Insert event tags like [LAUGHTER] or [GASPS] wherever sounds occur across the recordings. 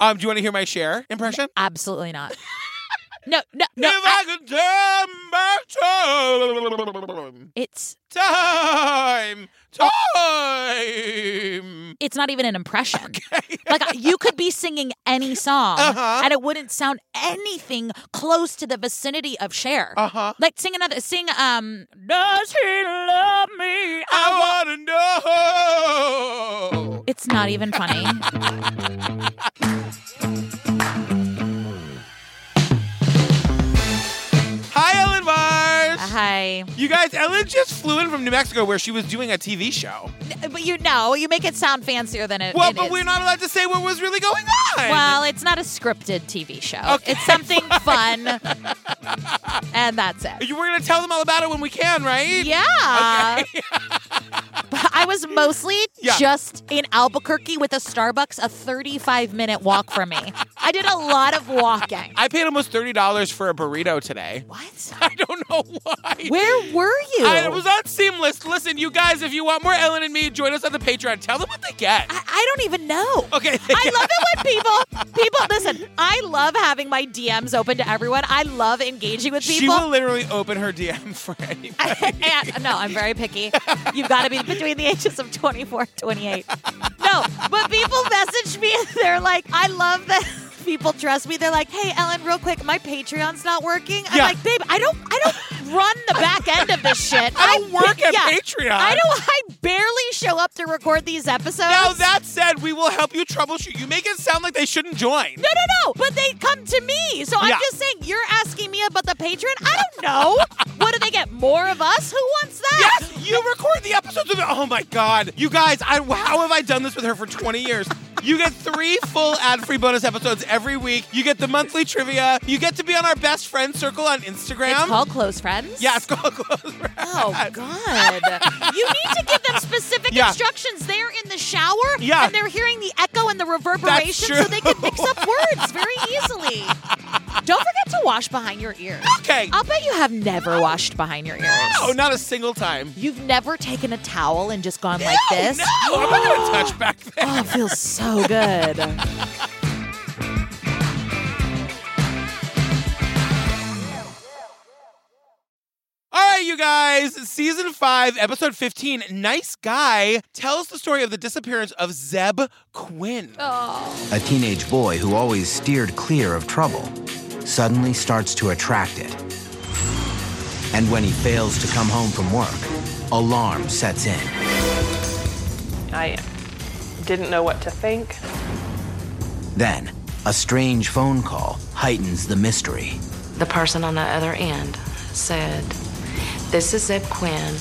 Um, do you want to hear my share impression? [LAUGHS] Absolutely not. No, no, no. if I I- could turn back time, it's time, time. [LAUGHS] it's not even an impression. Like you could be singing [LAUGHS] any song Uh-huh. and it wouldn't sound anything close to the vicinity of Cher. Uh huh. Like sing another sing um Does he love me? Oh. I want to know. It's not even [LAUGHS] funny. Hi, Ellen Uh-huh. Mars. Hi. You guys, Ellen just flew in from New Mexico where she was doing a TV show. But you know, you make it sound fancier than it, Well, it but is. we're not allowed to say what was really going on. Well, it's not a scripted TV show. Okay, it's something [LAUGHS] fun. and that's it. You- we're going to tell them all about it when we can, right? Yeah. [LAUGHS] But I was mostly Yeah. just in Albuquerque with a Starbucks a 35 minute walk from me. I did a lot of walking. I paid almost $30 for a burrito today. [LAUGHS] What? I don't know why. [LAUGHS] Where were you? I was on Seamless. Listen, you guys, if you want more Ellen and me, join us on the Patreon. Tell them what they get. I, I don't even know. [LAUGHS] Okay. I love it when people people listen. I love having my DMs open to everyone. I love engaging with She people. will literally open her DM [LAUGHS] for anybody. and, [LAUGHS] no, I'm very picky. You've got to be between the ages of 24 and 28. No, but people message me and they're like, I love that [LAUGHS] people trust me. They're like, hey, Ellen, real quick, my Patreon's not working. I'm Yeah. like, babe, I don't I don't run the back end of this shit. [LAUGHS] I don't work [LAUGHS] at Patreon. I don't I barely show up to record these episodes. Now, that said, we will help you troubleshoot. You make it sound like they shouldn't join. No, no, no. But they come to me. So Yeah. I'm just saying, you're asking me about the patron? I don't know. what do they get? More of us? Who wants that? Yes, you record the episodes of it. Oh my God, you guys! I how have I done this with her for 20 years? You get three full ad-free bonus episodes every week. You get the monthly trivia. You get to be on our best friend circle on Instagram. It's called close friends. yeah, it's called [LAUGHS] close. Friends. Oh God! you need to give them specific Yeah. instructions. They're in the shower, Yeah. and they're hearing the echo and the reverberation, true. so they can mix up words very easily. Don't forget to wash behind your ears. Okay. I'll bet you have never washed behind your ears. Oh, not a single time. You've never taken a towel and just gone like No, this. No, Oh, I'm not gonna touch back there. Oh, it feels so good. All right, you guys, season five, episode 15, Nice Guy tells the story of the disappearance of Zeb Quinn. Oh. A teenage boy who always steered clear of trouble suddenly starts to attract it. And when he fails to come home from work, alarm sets in. I didn't know what to think. Then, a strange phone call heightens the mystery. The person on the other end said, This is Zeb Quinn.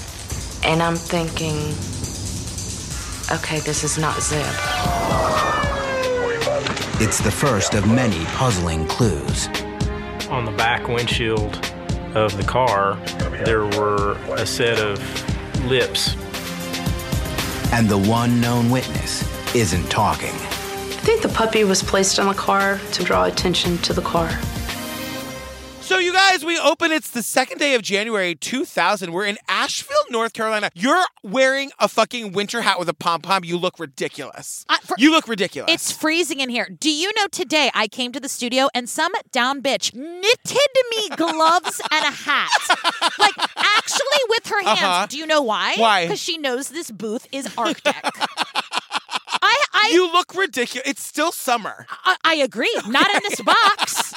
And I'm thinking, okay, this is not Zeb. It's the first of many puzzling clues. On the back windshield of the car, there were a set of lips. And the one known witness isn't talking. I think the puppy was placed on the car to draw attention to the car. So, you guys, we open. It's the second day of January 2000. We're in Asheville, North Carolina. You're wearing a fucking winter hat with a pom pom. You look ridiculous. I- for- you look ridiculous. It's freezing in here. Do you know today I came to the studio and some down bitch knitted me [LAUGHS] gloves and a hat. Like actually with her hands. Uh-huh. Do you know why? Why? Because she knows this booth is Arctic. I I, you look ridiculous. It's still summer. I I agree. Not in [LAUGHS] this box.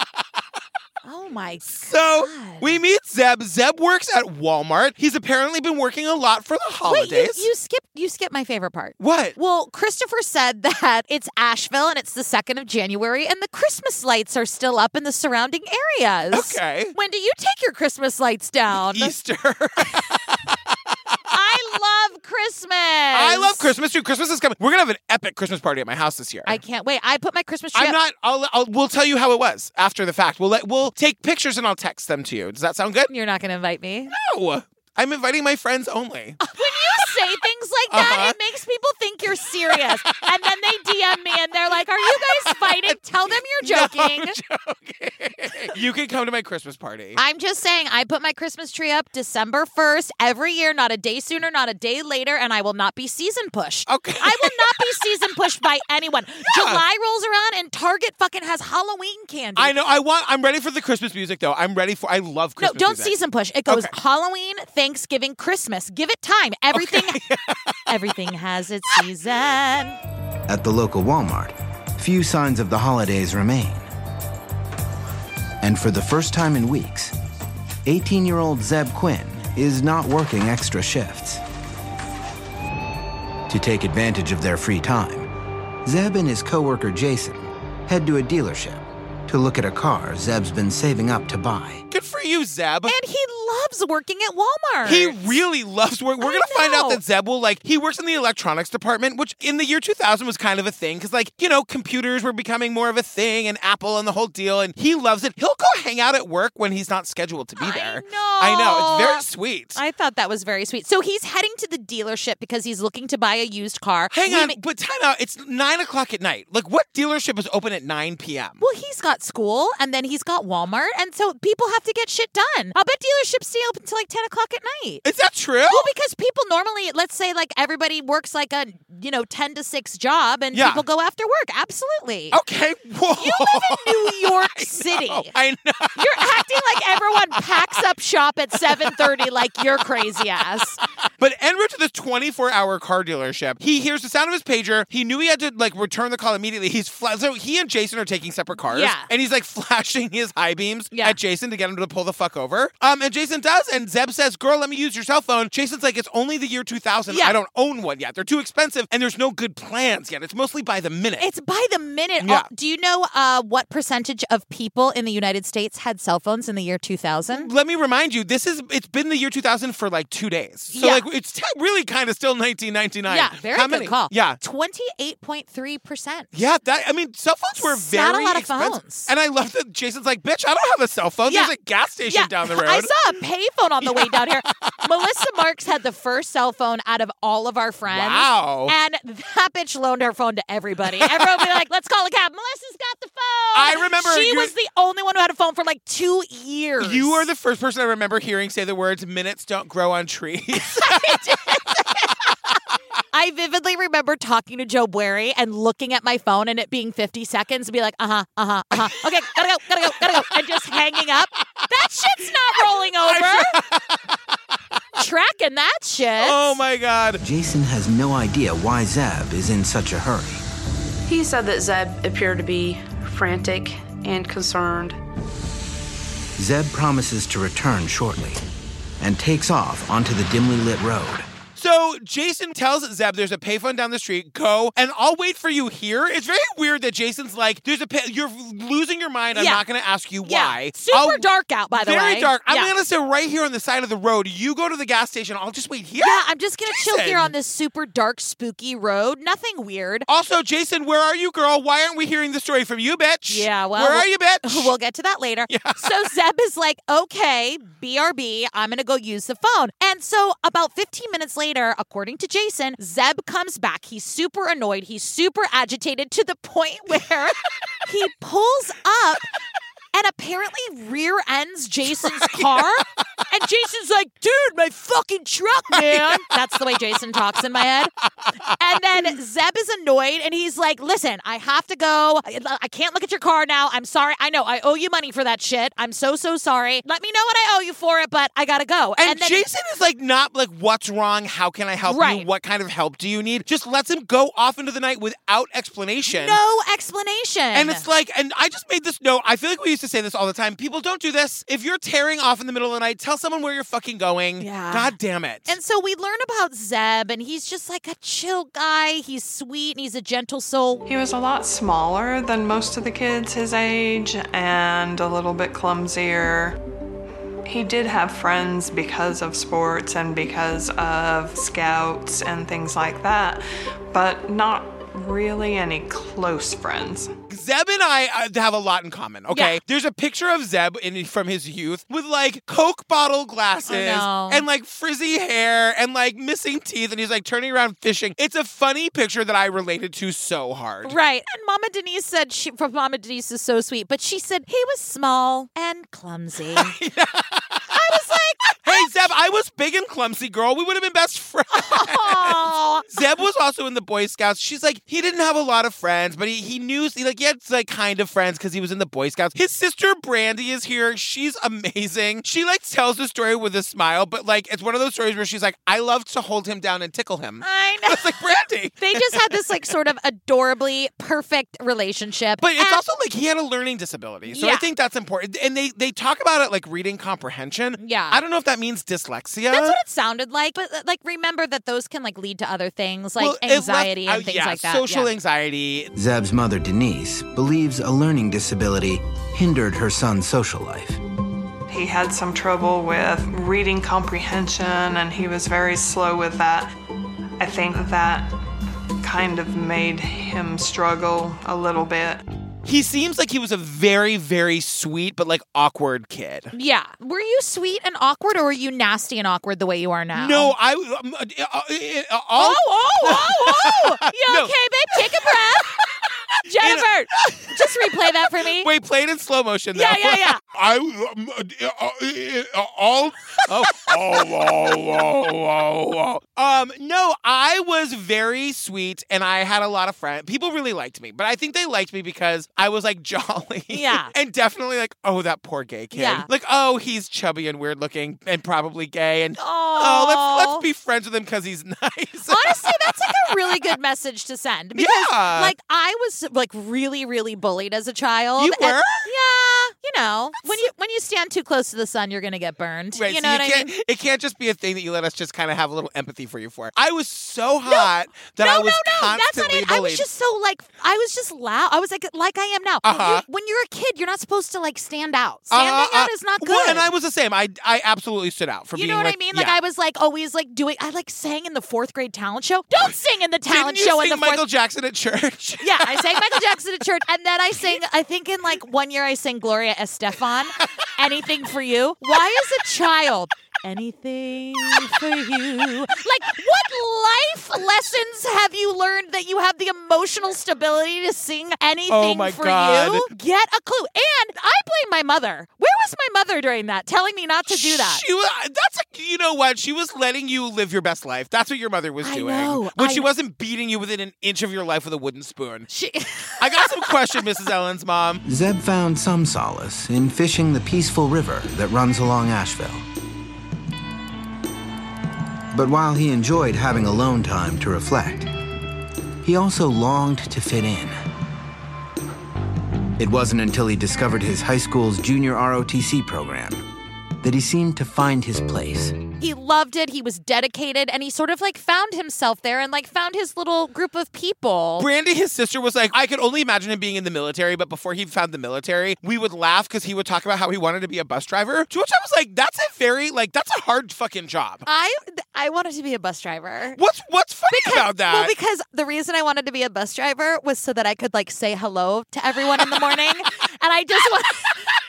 Oh my So God. we meet Zeb. Zeb works at Walmart. He's apparently been working a lot for the Wait, holidays. you, you skipped you skipped my favorite part. what? Well, Christopher said that it's Asheville and it's the 2nd of January and the Christmas lights are still up in the surrounding areas. Okay. When do you take your Christmas lights down? Easter. I love Christmas. I love Christmas too. Christmas is coming. We're gonna have an epic Christmas party at my house this year. I can't wait. I put my Christmas tree I'm up. not. I'll, I'll. We'll tell you how it was after the fact. We'll let. We'll take pictures and I'll text them to you. Does that sound good? [LAUGHS] You're not going to invite me. No. I'm inviting my friends [LAUGHS] only. When you say things like that, Uh-huh. it makes people think you're serious. and then they DM me and they're like, Are you guys [LAUGHS] fighting? Tell them you're joking. you can come to my Christmas party. I'm just saying, I put my Christmas tree up December 1st every year, not a day sooner, not a day later, and I will not be season pushed. Okay. [LAUGHS] I will not be season pushed by anyone. July rolls around and Target fucking has Halloween candy. I know. I want. I'm ready for the Christmas music though. I'm ready for. I love no, Christmas. don't music. season push. It goes Okay. Halloween, Thanksgiving, Christmas. Give it time. Everything, [LAUGHS] [LAUGHS] everything has its season. At the local Walmart, few signs of the holidays remain. And for the first time in weeks, 18 year old Zeb Quinn is not working extra shifts. To take advantage of their free time, Zeb and his coworker Jason head to a dealership to look at a car Zeb's been saving up to buy. Good for you, Zeb. And he loves working at Walmart. He really loves work. We're I gonna find out know. that Zeb will like he works in the electronics department, which in the year 2000 was kind of a thing because like you know computers were becoming more of a thing, and Apple and the whole deal. And he loves it. He'll go hang out at work when he's not scheduled to be there. know. I know. It's very sweet. I thought that was very sweet. So he's heading to the dealership because he's looking to buy a used car. Hang We on, ma- but time out. It's nine o'clock at night. Like, what dealership is open at 9 p.m.? well, he's got school and then he's got Walmart, and so people have to get shit done. I'll bet dealerships stay open until like 10 o'clock at night. Is that true? Well, because people normally, let's say, like everybody works like a you know ten to six job, and Yeah. Oh, people go after work. Absolutely. okay. [LAUGHS] Whoa. You live [LAUGHS] in New York City. I know. You're acting like everyone packs up shop at seven thirty, like you're crazy ass. But en route to the 24 hour car dealership, he hears the sound of his pager. He knew he had to like return the call immediately. He's fla- so he and Jason are taking separate cars. Yeah. And he's like [LAUGHS] flashing his high beams Yeah. at Jason to get him to pull the fuck over. Um, and Jason does. And Zeb says, "Girl, let me use your cell phone." Jason's like, "It's only the year 2000. Yeah. I don't own one yet. They're too expensive, and there's no good plans yet. It's mostly by the minute." It's by the minute. oh, Yeah. Do you know uh, what percentage of people in the United States had cell phones in the year two thousand? let me remind you, this is it's been the year 2000 for like two days, so Yeah. like it's t- really kind of still 1999. Yeah, very How good many- call. Yeah, twenty eight point three percent. Yeah, that I mean, cell phones were It's very not a lot of expensive. phones. And I love that Jason's like, "Bitch, I don't have a cell phone. Yeah. There's a gas station down the road." [LAUGHS] I saw a payphone on the way down [LAUGHS] here. Melissa Marks had the first cell phone out of all of our friends. Wow. And that bitch loaned her phone to everybody. Everyone would be like, let's call a cab. Melissa's got the phone. I remember She you- was the only one who had a phone for like two years. you are the first person I remember hearing say the words "minutes don't grow on trees." I vividly remember talking to Joe Bury and looking at my phone and it being 50 seconds and be like, uh huh, uh huh, uh huh. Okay, gotta go, gotta go, gotta go. And just hanging up. That shit's not [LAUGHS] rolling over. Tracking that shit. [LAUGHS] oh my god! Jason has no idea why Zeb is in such a hurry. He said that Zeb appeared to be frantic and concerned. Zeb promises to return shortly and takes off onto the dimly lit road. So Jason tells Zeb, "There's a payphone down the street. Go, and I'll wait for you here." It's very weird that Jason's like, "There's a pay- you're losing your mind. I'm Yeah. not going to ask you Yeah. why." Super I'll- dark out, by the way. Very dark. I'm yeah. going to sit right here on the side of the road. You go to the gas station. I'll just wait here. Yeah, I'm just gonna chill Jason. here on this super dark, spooky road. Nothing weird. Also, Jason, where are you, girl? Why aren't we hearing the story from you, bitch? Yeah, well, where are we'll- you, [LAUGHS] bitch? [LAUGHS] We'll get to that later. So Zeb is like, okay, BRB, I'm going to go use the phone. And so about 15 minutes later, according to Jason, Zeb comes back. He's super annoyed. He's super agitated to the point [LAUGHS] where he pulls up and apparently rear [LAUGHS] ends Jason's car. And Jason's like, dude, my fucking truck, [LAUGHS] man. That's the way Jason talks in my head. And then Zeb is annoyed and he's like, listen, I have to go. I I can't look at your car now. I'm sorry. I know I owe you money for that shit. I'm so, so sorry. Let me know what I owe you for it, but I gotta go. and then- Jason is like, not like, what's wrong? How can I help Right. you? What kind of help do you need? Just lets him go off into the night without explanation. no explanation. And it's like, and I just made this note. I feel like we used to say this all the time. People don't do this. If you're tearing off in the middle of the night, tell someone where you're fucking going. Yeah. God damn it. And so we learn about Zeb, and he's just like a chill guy. He's sweet and he's a gentle soul. He was a lot smaller than most of the kids his age and a little bit clumsier. He did have friends because of sports and because of scouts and things like that, but not really any close friends. Zeb and I uh, have a lot in common, okay? Yeah. There's a picture of Zeb in, from his youth with like Coke bottle glasses Oh, no. and like frizzy hair and like missing teeth, and he's like turning around fishing. It's a funny picture that I related to so hard. [LAUGHS] Right. And Mama Denise said, she, from Mama Denise is [LAUGHS] so sweet, but she said he was small and clumsy. I was like, Hey, Zeb, I was big and clumsy, girl. We would have been best friends. Oh, Zeb was also in the Boy Scouts. She's like, he didn't have a lot of friends, but he, he knew, he, like, he had, like, kind of friends because he was in the Boy Scouts. His sister, Brandy, is here. She's amazing. She, like, tells the story with a smile, but, like, it's one of those stories where she's like, I love to hold him down and tickle [LAUGHS] him. I know. It's like, Brandy. They just had this like sort of adorably perfect relationship. But it's And- also like he had a learning disability. So I Yeah. think that's important. And they, they talk about it like reading comprehension. Yeah. I don't know if that means dyslexia. that's what it sounded like. But uh, like remember that those can like lead to other things like Well, it left- anxiety oh, and things yeah, like that. Social yeah. anxiety. Zeb's mother, Denise, believes a learning disability hindered her son's social life. He had some trouble with reading comprehension and he was very slow with that. I think that kind of made him struggle a little bit. He seems like he was a very, very sweet but like awkward kid. yeah. Were you sweet and awkward or were you nasty and awkward the way you are now? No, I. Um, uh, uh, uh, all, Oh, oh, oh, oh. [LAUGHS] You No. okay, babe? Take [LAUGHS] a breath. Jennifer, just replay that for me. Wait, play it in slow motion. Though. Oh. yeah, yeah, yeah. [LAUGHS] I um, uh, uh, all [LAUGHS] oh oh oh oh oh um no I was very sweet and I had a lot of friends people really liked me but I think they liked me because I was like [LAUGHS] jolly Yeah. [LAUGHS] and definitely like oh that poor gay kid Yeah. like oh he's chubby and weird looking and probably gay and Oh. let's let's be friends with him because he's [LAUGHS] nice Honestly, that's like a really good message to send. Because Yeah. like I was like really, really bullied as a child. You and- were? yeah. You know. when you when you stand too close to the sun, you're gonna get burned. Right, you so know what I can't, mean? It can't just be a thing that you let us just kind of have a little empathy for you for. I was so hot that I no, was no, no, that's constantly not it. I bullied. was just so like I was just loud. I was like like I am now. Uh-huh. You- when you're a kid, you're not supposed to like stand out. Uh, Standing uh, out is not good. Well, and I was the same. I I absolutely stood out for you being know what like, I mean? Like yeah. I was like always like doing. I like sang in the fourth grade talent show. Don't sing in the talent Didn't you show sing in the fourth. Michael Jackson at [LAUGHS] church? Yeah, I sang Michael Jackson at church, and then I sang. I think in like one year I sang Gloria Estefan, "Anything for You." Why is a child anything for you? Like, what life lessons have you learned that you have the emotional stability to sing anything my for God. you? Get a clue. And I blame my mother. Where was my mother during that, telling me not to do that? She was, that's like you know what? She was letting you live your best life. That's what your mother was I doing. know, When I she know. wasn't beating you within an inch of your life with a wooden spoon. She- [LAUGHS] I got some question, Mrs. Ellen's mom. Zeb found some solace in fishing the peaceful river that runs along Asheville. But while he enjoyed having alone time to reflect, he also longed to fit in. It wasn't until he discovered his high school's junior ROTC program that he seemed to find his place. he loved it. He was dedicated, and he sort of like found himself there, and like found his little group of people. Brandy, his sister, was like, I could only imagine him being in the military, but before he found the military, we would laugh because he would talk about how he wanted to be a bus driver. To which I was like, that's a very, like, that's a hard fucking job. I th- I wanted to be a bus driver. What's what's funny about that? Well, because the reason I wanted to be a bus driver was so that I could like say hello to everyone in the morning, and I just want,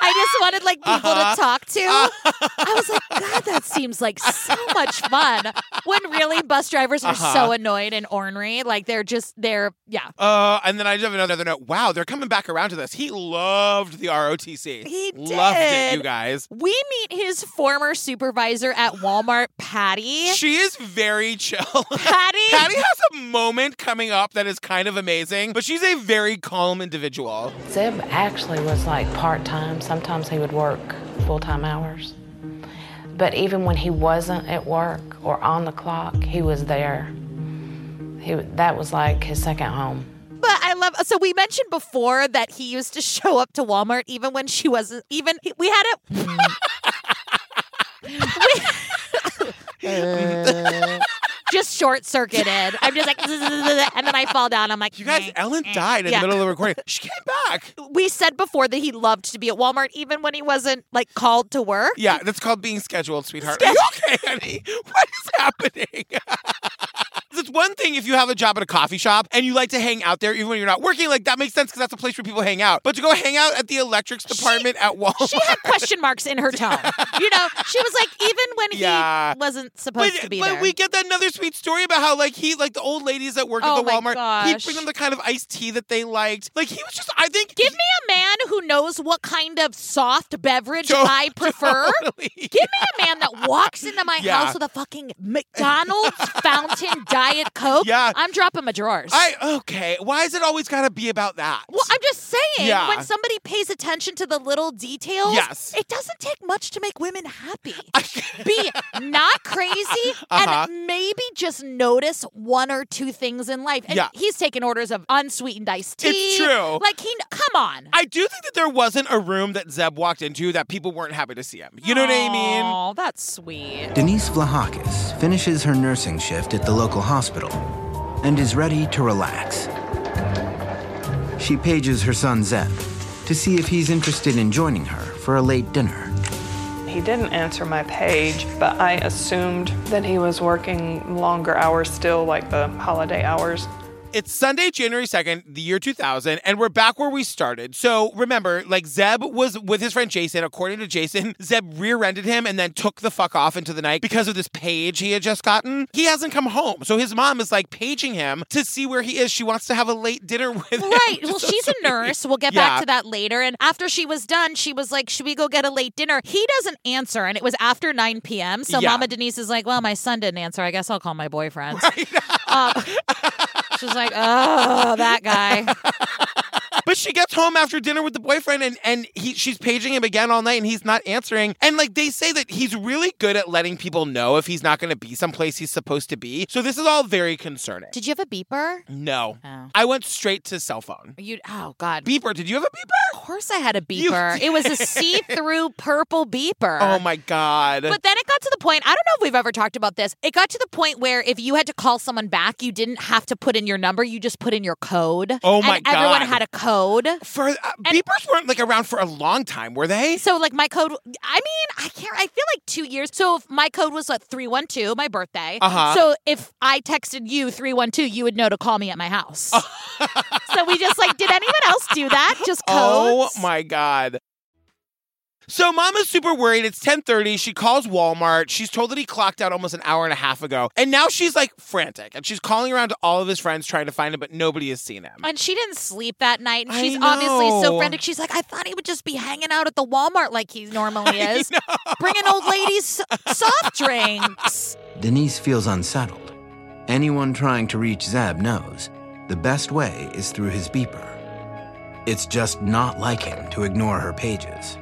I just wanted like people to talk to. I was like, God, that seems like so much fun. When really bus drivers are so annoyed and ornery, like they're just they're yeah. Uh, and then I just have another note. Wow, they're coming back around to this. He loved the ROTC. He loved it, did. you guys. We meet his former supervisor at Walmart, Patty. She is very [LAUGHS] chill. Patty. Patty has a moment coming up that is kind of amazing, but she's a very calm individual. Zeb actually was like part time. Sometimes he would work full time hours. But even when he wasn't at work or on the clock, he was there. He, that was like his second home. But I love. So we mentioned before that he used to show up to Walmart even when she wasn't. Even he- we had it. [LAUGHS] just short circuited. I'm just like, [LAUGHS] and then I fall down. I'm like, You guys, Ellen died in Mm-hmm. Yeah. the middle of the recording. She came back. we said before that he loved to be at Walmart even when he wasn't like called to work. Yeah, that's called being scheduled, sweetheart. Are you okay, honey? [LAUGHS] What is happening? [LAUGHS] It's one thing if you have a job at a coffee shop and you like to hang out there even when you're not working. Like, that makes sense because that's a place where people hang out. But to go hang out at the electrics department at Walmart. [LAUGHS] She had question marks in her tone. You know, she was like, even when Yeah. he wasn't But, supposed to be but there. we get that another sweet story about how like he like the old ladies that work Oh at the my Walmart. He'd gosh. [LAUGHS] bring them the kind of iced tea that they liked. Like he was just I think Give me a man who who knows what kind of soft beverage To- I [LAUGHS] prefer. Totally. Give me a man that walks into my Yeah. house with a fucking McDonald's fountain diet coke. Yeah. I'm dropping my drawers. I okay. Why is it always gotta be about that? well, I'm just saying, Yeah. when somebody pays attention to the little details, Yes. it doesn't take much to make women happy. Be not crazy [LAUGHS] Uh-huh. and maybe just notice one or two things in life. And Yeah. he's taking orders of unsweetened iced tea. It's true. Like he come on. I do think that there wasn't a room that Zeb walked into that people weren't happy to see him. You know what I mean? Oh, that's sweet. Denise Vlahakis finishes her nursing shift at the local hospital and is ready to relax. She pages her son Zeb to see if he's interested in joining her for a late dinner. He didn't answer my page, but I assumed that he was working longer hours still, like the holiday hours. It's Sunday, January 2nd, the year 2000, and we're back where we started. So remember, like Zeb was with his friend Jason. According to Jason, [LAUGHS] Zeb rear ended him and then took the fuck off into the night because of this page he had just gotten. He hasn't come home. So his mom is like paging him to see where he is. She wants to have a late dinner [LAUGHS] with him. Right. Which Well, is so she's a sweet. nurse. We'll get Yeah. back to that later. And after she was done, she was like, Should we go get a late dinner? He doesn't answer. And it was after 9 p.m. So Yeah. Mama Denise is like, Well, my son didn't answer. I guess I'll call [LAUGHS] my boyfriend. Uh, she's like, Oh, [LAUGHS] that guy. But she gets home after dinner with the boyfriend and, and he she's paging him again all night and he's not answering. And like they say that he's really good at letting people know if he's not gonna be someplace he's supposed to be. So this is all very concerning. Did you have a beeper? No. Oh. I went straight to cell phone. You, oh, God. Beeper, did you have a beeper? Of course I had a You beeper. [LAUGHS] It was a did. see through purple beeper. Oh my god. But then it got to the point, I don't know if we've ever talked about this. It got to the point where if you had to call someone back, you didn't have to put in your number, you just put in your code. Oh my and Everyone God. had a code. for uh, beepers weren't like around for a long time, were they? So like my code I mean, I can't I feel like 2 years. So if my code was like 312, my birthday. Uh-huh. So if I texted you 312, you would know to call me at [LAUGHS] my house. so we just like did anyone else do that? Just Oh codes? my god. So mama's super worried. It's 10:30. She calls Walmart. She's told that he clocked out almost an hour and a half ago. And now she's like frantic and she's calling around to all of his friends trying to find him, but nobody has seen him. And she didn't sleep that night. And I she's obviously so know. frantic. She's like, I thought he would just be hanging out at the Walmart like [LAUGHS] he normally is, bringing old ladies [LAUGHS] soft drinks. Denise feels unsettled. Anyone trying to reach Zeb knows the best way is through his beeper. It's just not like him to ignore her pages.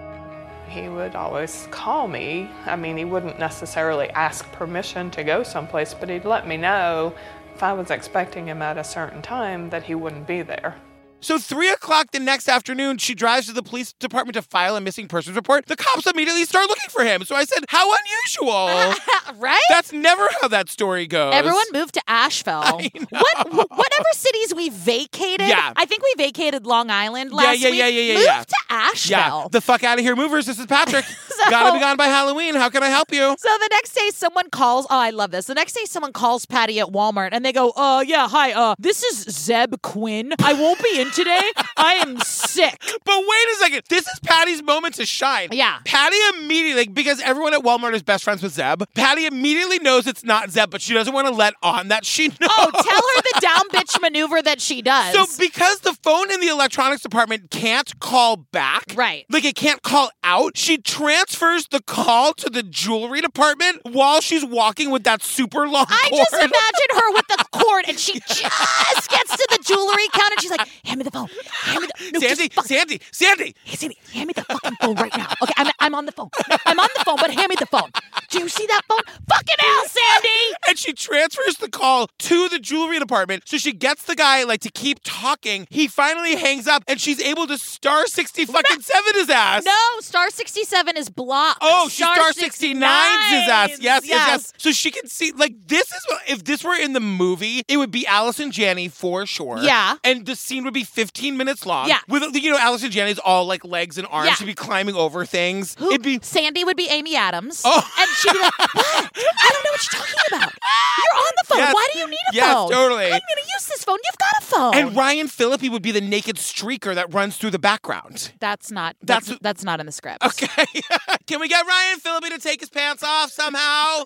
He would always call me. I mean, he wouldn't necessarily ask permission to go someplace, but he'd let me know if I was expecting him at a certain time that he wouldn't be there. So three o'clock the next afternoon, she drives to the police department to file a missing persons report. The cops immediately start looking for him. So I said, "How [LAUGHS] unusual." right? That's never how that story goes. Everyone moved to [LAUGHS] Asheville. What, wh- whatever cities we vacated, Yeah. I think we vacated Long Island Yeah, last yeah, week. yeah, yeah, yeah, Moved yeah. to Asheville. Yeah, the fuck out of here, movers. This is Patrick. Gotta be gone by Halloween. How can I help you? So the next day, someone calls. Oh, I love this. The next day, someone calls Patty at Walmart, and they go, "Uh, yeah, hi. Uh, this is Zeb Quinn. I won't be in today. I am sick." But wait a second. This is Patty's moment to shine. Yeah. Patty immediately, like, because everyone at Walmart is best friends with Zeb, Patty immediately knows it's not Zeb, but she doesn't want to let on that she [LAUGHS] knows. Oh, tell her the down bitch maneuver that she does. So because the phone in the electronics department can't call back, Right. Like it can't call out. She transfers the call to the jewelry department while she's walking with that super long I cord. just imagine her with the cord, and [LAUGHS] she just gets to the jewelry counter. She's like, "Hand me the phone. Hand me the no, just Sandy, fuck- Sandy, Sandy. Hey, Sandy, hand me the fucking phone right now. Okay, I'm, I'm on the phone. I'm on the phone, but hand me the phone. Do you see that phone? Fucking hell, Sandy! And she transfers the call to the jewelry department. So she gets the guy like to keep talking. He finally hangs up and she's able to star 60 fucking 7 his ass. No, Star 67 is blocked. Oh, she star 69's his ass. 69s. Yes, yes, yes. So she can see, like, this is what, if this were in the movie, it would be Allison Janney for sure. Yeah. And the scene would be 15 minutes long. Yeah. With, you know, Allison Janney's all like legs and arms. Yeah. She'd be climbing over things. Who- It'd be [LAUGHS] Sandy would be Amy Adams. Oh. And she'd be like, What? I don't know what you're talking about. You're on the phone. Yes. Why do you need a Yes, phone? totally. I'm going to use this phone. You've got a phone. And Ryan Phillippe would be the naked streaker that runs through the background. that's not That's- that's, that's not in the script. Okay. [LAUGHS] Can we get Ryan Phillippe to take his pants off somehow?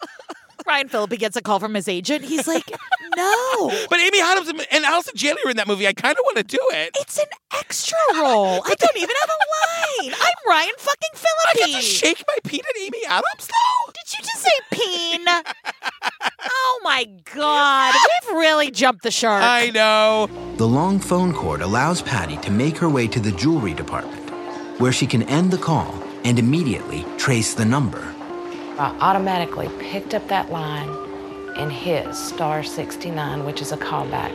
Ryan Phillippe gets a call from his agent. He's [LAUGHS] like, "No, But Amy Adams and- and Allison Janney are in that movie. I kind of want to do it. it's an extra role. I don't even have a Ryan fucking I Phillippe. get to shake my peen at Amy Adams now? Did you just say peen? oh my [LAUGHS] god, we've really jumped the shark. I know. The long phone cord allows Patty to make her way to the jewelry department, where she can end the call and immediately trace the number. I automatically picked up that line and hit star 69, which is a callback.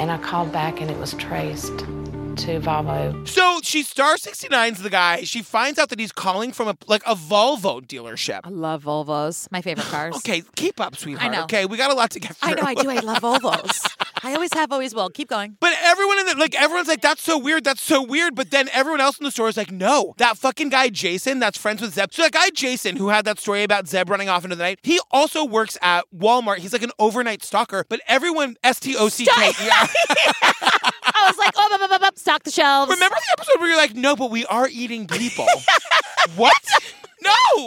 And I called back and it was traced to Volvo. So she star 69's the guy. She finds out that he's calling from a like a Volvo I dealership. love Volvos, my favorite cars. Okay, keep up, sweetheart. know. Okay, we got a lot to get through. I know I do. I love Volvos. I always have, always will. Keep going. But everyone in the like everyone's like, that's so weird, that's so weird. But then everyone else in the store is like, no, that fucking guy Jason that's friends with Zeb. So that guy Jason, who had that story about Zeb running off into the night, he also works at Walmart. He's like an overnight stalker, but everyone S T O C K E R. I was like, oh, bu- bu- bu- bu- stock the shelves. Remember the episode where you're like, no, but we are eating people. what? No!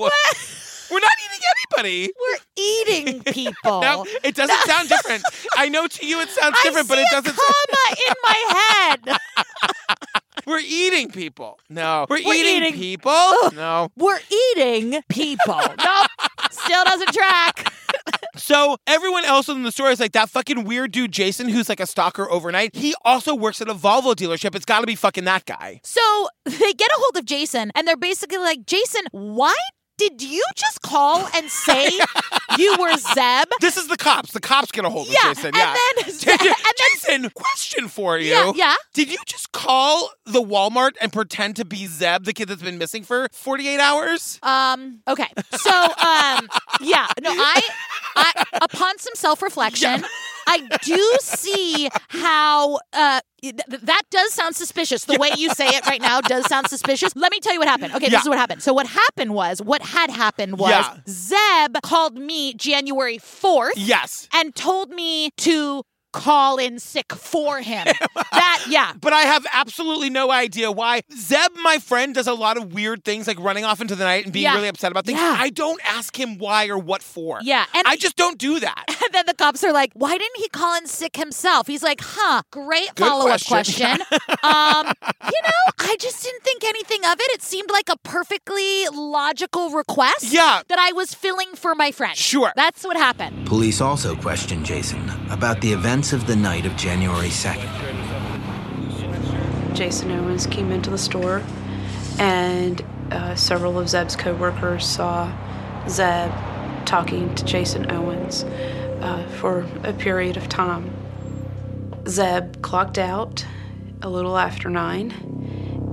We're not eating anybody. we're [LAUGHS] eating people. No, it doesn't sound different. I know to you it sounds I different, but see it a doesn't. sound [LAUGHS] comma in my head. We're eating people. No, we're, We're eating, eating- people. No. We're eating people. [LAUGHS] nope, still doesn't track. So everyone else in the store is like that fucking weird dude Jason, who's like a stalker overnight. He also works at a Volvo dealership. It's got to be fucking that guy. So they get a hold of Jason, and they're basically like, Jason, why did you just call and say [LAUGHS] you were Zeb? This is the cops. The cops get a hold of Yeah, Jason. and Yeah. then- [LAUGHS] Jason, and then- Jason, question for you. Yeah, yeah. Did you just call the Walmart and pretend to be Zeb, the kid that's been missing for 48 hours? Um. Okay. So. Um. Yeah. No. I. I. Upon some self-reflection, I do see how. Uh. th- th- that does sound suspicious. The way you say it right now does sound suspicious. Let me tell you what happened. Okay, Yeah. this is what happened. So what happened was, what had happened was, Yeah. Zeb called me January fourth yes. and told me to call in sick [LAUGHS] for him. that yeah. but I have absolutely no idea why. Zeb, my friend, does a lot of weird things like running off into the night and being Yeah. really upset about things. Yeah. I don't ask him why or what for. Yeah, and- I just don't do that. And then the cops are like, why didn't he call in sick himself? He's like, huh, great Good follow up question. question. [LAUGHS] um, you know, I just didn't think anything of it. It seemed like a perfectly logical request Yeah. that I was filling for my friend. Sure. That's what happened. Police also question Jason about the events of the night of January 2nd. Jason Owens came into the store, and uh, several of Zeb's coworkers saw Zeb talking to Jason Owens uh, for a period of time. Zeb clocked out a little after nine,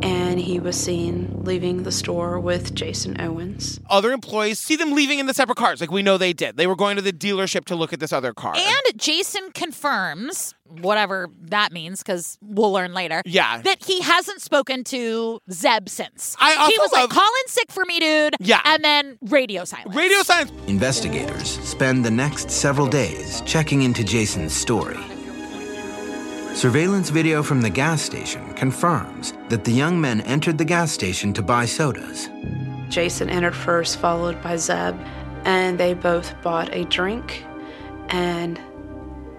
and he was seen leaving the store with Jason Owens. Other employees see them leaving in the separate cars, like we know they did. They were going to the dealership to look at this other car. And Jason confirms, whatever that means, because we'll learn later. Yeah. That he hasn't spoken to Zeb since. I also he was love- like, call in sick for me, dude. Yeah. And then radio silence. Radio silence. Investigators spend the next several days checking into Jason's story. Surveillance video from the gas station confirms that the young men entered the gas station to buy sodas. Jason entered first, followed by Zeb, and they both bought a drink and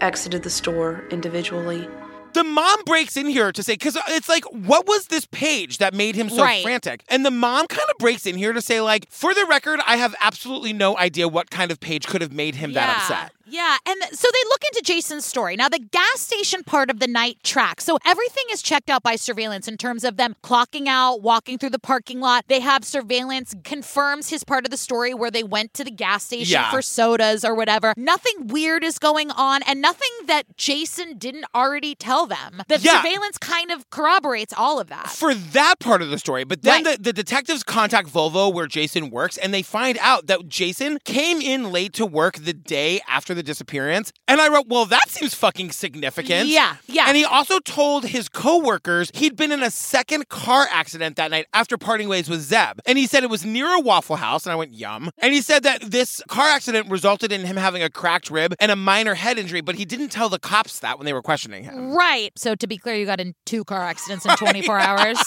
exited the store individually. The mom breaks in here to say, because it's like, what was this page that made him so Right. frantic? And the mom kind of breaks in here to say, like, for the record, I have absolutely no idea what kind of page could have made him that upset. Yeah, and th- so they look into Jason's story. Now, the gas station part of the night track. So everything is checked out by surveillance in terms of them clocking out, walking through the parking lot. They have surveillance confirms his part of the story where they went to the gas station Yeah. for sodas or whatever. Nothing weird is going on, and nothing that Jason didn't already tell them. The Yeah. surveillance kind of corroborates all of that. for that part of the story. But then Right. the, the detectives contact Volvo where Jason works and they find out that Jason came in late to work the day after the disappearance. And I wrote, well, that seems fucking significant. Yeah, yeah. And he also told his coworkers he'd been in a second car accident that night after parting ways with Zeb. And he said it was near a Waffle House. And I went, yum. And he said that this car accident resulted in him having a cracked rib and a minor head injury, but he didn't tell the cops that when they were questioning him. [LAUGHS] Right. So to be clear, you got in two car accidents in 24 hours.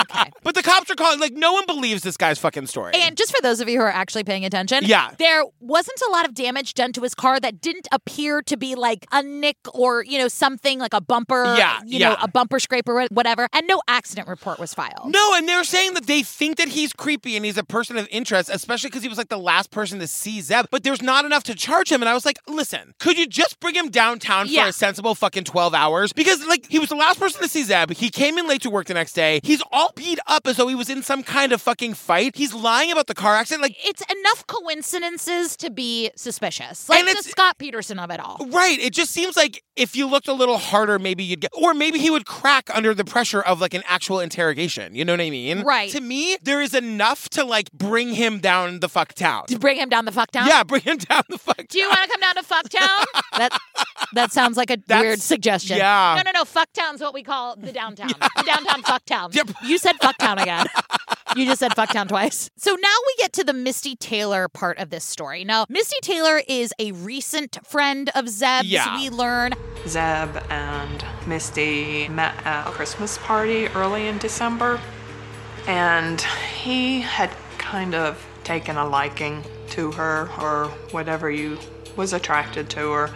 Okay. But the cops after calling, like, no one believes this guy's fucking story. And just for those of you who are actually paying attention, Yeah. there wasn't a lot of damage done to his car that didn't appear to be like a nick or you know something like a bumper, Yeah, you know, yeah. a bumper scrape or whatever, and no accident report was filed. no, and they're saying that they think that he's creepy and he's a person of interest, especially because he was like the last person to see Zeb, but there's not enough to charge him. And I was like, listen, could you just bring him downtown Yeah. for a sensible fucking 12 hours? Because, like, he was the last person to see Zeb. He came in late to work the next day. He's all beat up as though he was in some kind of fucking fight. He's lying about the car accident. Like, It's enough coincidences to be suspicious, like And the it's- Scott Peterson of it all. Right. It just seems like if you looked a little harder, maybe you'd get, or maybe he would crack under the pressure of like an actual interrogation. You know what I mean? Right. To me, there is enough to like bring him down the fuck town. To bring him down the fuck town. [LAUGHS] Yeah, bring him down the fuck. [LAUGHS] Do you want to come down to Fucktown? that that sounds like a [LAUGHS] That's- weird suggestion. yeah. No, no, no. Fucktown's what we call the downtown. [LAUGHS] The downtown Fucktown. You said Fucktown again. You just said Fucktown twice. So now we get to the Misty Taylor part of this story. Now, Misty Taylor is a recent friend of Zeb's, Yeah. we learn. Zeb and Misty met at a Christmas party early in December, and he had kind of taken a liking to her or whatever you was attracted to her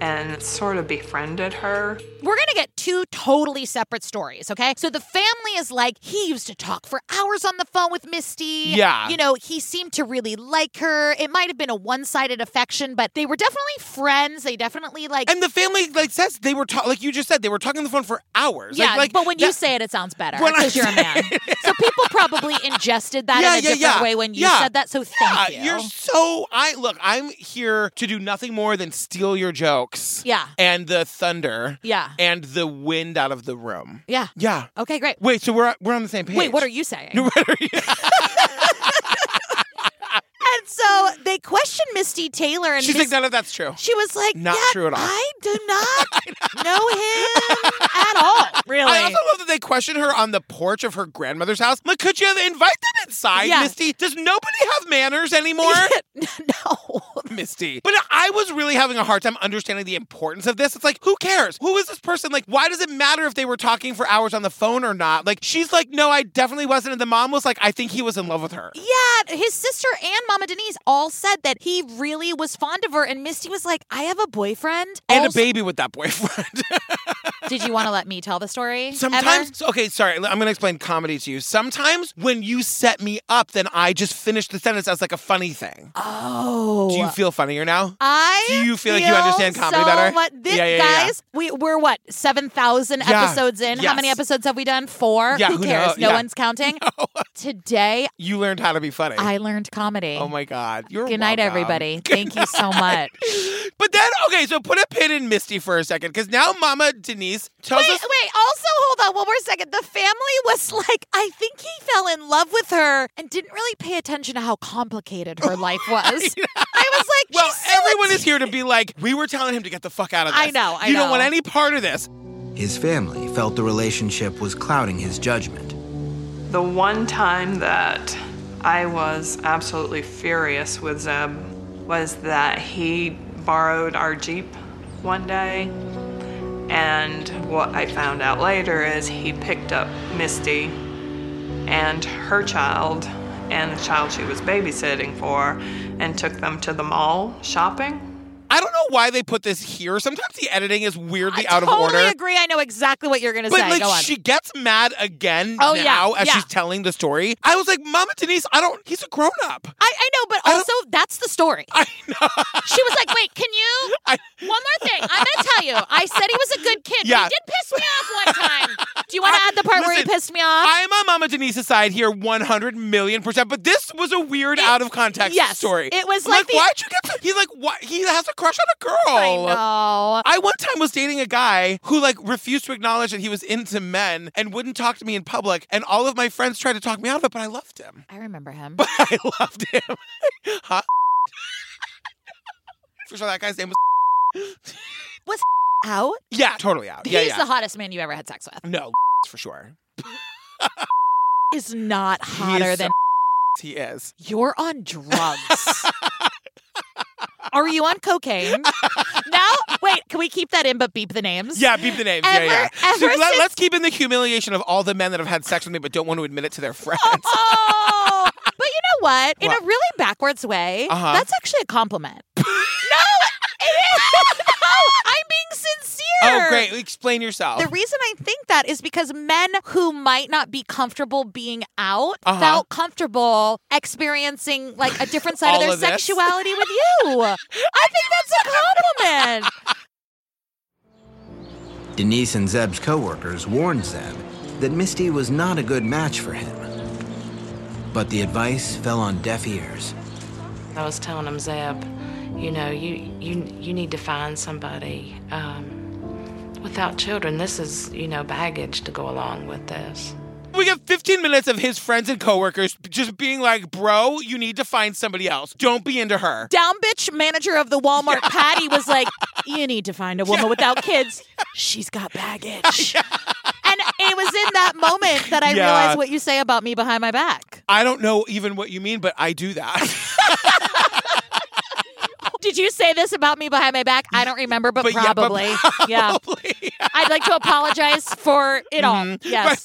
and sort of befriended her. We're going to get two totally separate stories, okay? So the family is like, he used to talk for hours on the phone with Misty. Yeah. You know, he seemed to really like her. It might have been a one sided affection, but they were definitely friends. They definitely like. And the family like says they were talking, like you just said, they were talking on the phone for hours. yeah, like, like, but when you that- say it, it sounds better When I because you're a say [LAUGHS] man. so people probably ingested that Yeah, in a yeah, different yeah. way when you Yeah. said that. So yeah, thank you. you're so I look. I'm here to do nothing more than steal your jokes. Yeah. and the thunder. Yeah. and the wind out of the room. yeah. Yeah. Okay, great. Wait, so we're we're on the same page. Wait, what are you [LAUGHS] saying? [LAUGHS] and so they questioned Misty Taylor, and She's Mis- like, none of that's true. she was like, Not "Yeah, true at all." I [LAUGHS] do not know him at all. Really? [LAUGHS] I also love that they question her on the porch of her grandmother's house. Like, could you invite them inside, Yeah. Misty? Does nobody have manners [LAUGHS] anymore? [LAUGHS] no. Misty. But I was really having a hard time understanding the importance of this. It's like, who cares? Who is this person? Like, why does it matter if they were talking for hours on the phone or not? Like, she's like, no, I definitely wasn't. And the mom was like, I think he was in love with her. Yeah, his sister and Mama Denise all said that he really was fond of her, and Misty was like, "I have a boyfriend And Also- a baby with that boyfriend. [LAUGHS] Did you want to let me tell the story? Sometimes, Ever? so- okay, sorry, I'm gonna explain comedy to you. Sometimes when you set me up, then I just finish the sentence as like a funny thing. Oh. Do you feel funnier now? I Do you feel like you understand comedy so better? much- This, Yeah, yeah, yeah, yeah. guys, we we're what seven thousand Yeah. episodes in. How many Yes. episodes have we done? Four. Yeah, who who cares? knows? No Yeah. [LAUGHS] one's counting. Today, You learned how to be funny. I learned comedy. oh my god, you're Good night, welcome. everybody. Thank you so much. [LAUGHS] But then, okay, so put a pin in Misty for a second, because now Mama Denise tells Wait, us. wait. Also, hold on one more second. The family was [LAUGHS] like, I think he fell in love with her and didn't really pay attention to how complicated [LAUGHS] her life was. I was like, Well, she's so everyone is here to be like, we were telling him to get the fuck out of this. I know, I you don't know. want any part of this. His family felt the relationship was clouding his judgment. The one time that I was absolutely furious with Zeb was that he borrowed our Jeep one day. And what I found out later is he picked up Misty and her child and the child she was babysitting for and took them to the mall shopping. I don't know why they put this here. Sometimes the editing is weirdly out totally of order. agree. I know exactly what you're going to But say. like Go on. she gets mad again Oh, yeah, now as yeah. she's telling the story. I was like, Mama Denise, I don't. He's a grown up. [LAUGHS] I, I know, but also that's the story. I know. she was like, "Wait, can you?" I- One more thing, I'm gonna tell you. I said he was a good kid. but Yeah. He did piss me off one time. [LAUGHS] Do you want to add the part where he listen, pissed me off? I'm on Mama Denise's side here, 100 million percent. But this was a weird, out of context yes. story. It was I'm like the- why'd you get? To, he's like, why? He has a crush on a girl. I know. I one time was dating a guy who like refused to acknowledge that he was into men and wouldn't talk to me in public, and all of my friends tried to talk me out of it, but I loved him. [LAUGHS] I remember him. But I loved him. [LAUGHS] huh? For sure, that guy's name was. Out. Yeah, totally out. Yeah, He's yeah. the hottest man you ever had sex with. no, for sure. Is not he [LAUGHS] hotter is than so he is. you're on drugs. Are you on [LAUGHS] cocaine? now, wait, can we keep that in but beep the names? Yeah, beep the names. Ever- yeah, yeah. So ever let, since- us keep in the humiliation of all the men that have had sex with me but don't want to admit it to their friends. Oh, but you know what? In What? a really backwards way, Uh-huh. that's actually [LAUGHS] a compliment. no, it is. [LAUGHS] No, I'm being sincere. Oh, great. Explain yourself. The reason I think that is because men who might not be comfortable being out Uh-huh. felt comfortable experiencing like a different side of All their of this? sexuality [LAUGHS] with you. I think that's a compliment. Denise and Zeb's coworkers warned Zeb that Misty was not a good match for him. But the advice fell on deaf ears. I was telling him, Zeb, you know, you you you need to find somebody um, without children. This is you know baggage to go along with this. we got 15 minutes of his friends and coworkers just being like, bro, you need to find somebody else. Don't be into her. Down bitch manager of the Walmart Patty was like, You need to find a woman without kids. She's got baggage. [LAUGHS] And it was in that moment that I Yeah. realized what you say about me behind my back. I don't know even what you mean, but I do that. [LAUGHS] Did you say this about me behind my back? I don't remember, but, But yeah, but [LAUGHS] probably. yeah. I'd like to apologize for it all. Mm-hmm. Yes.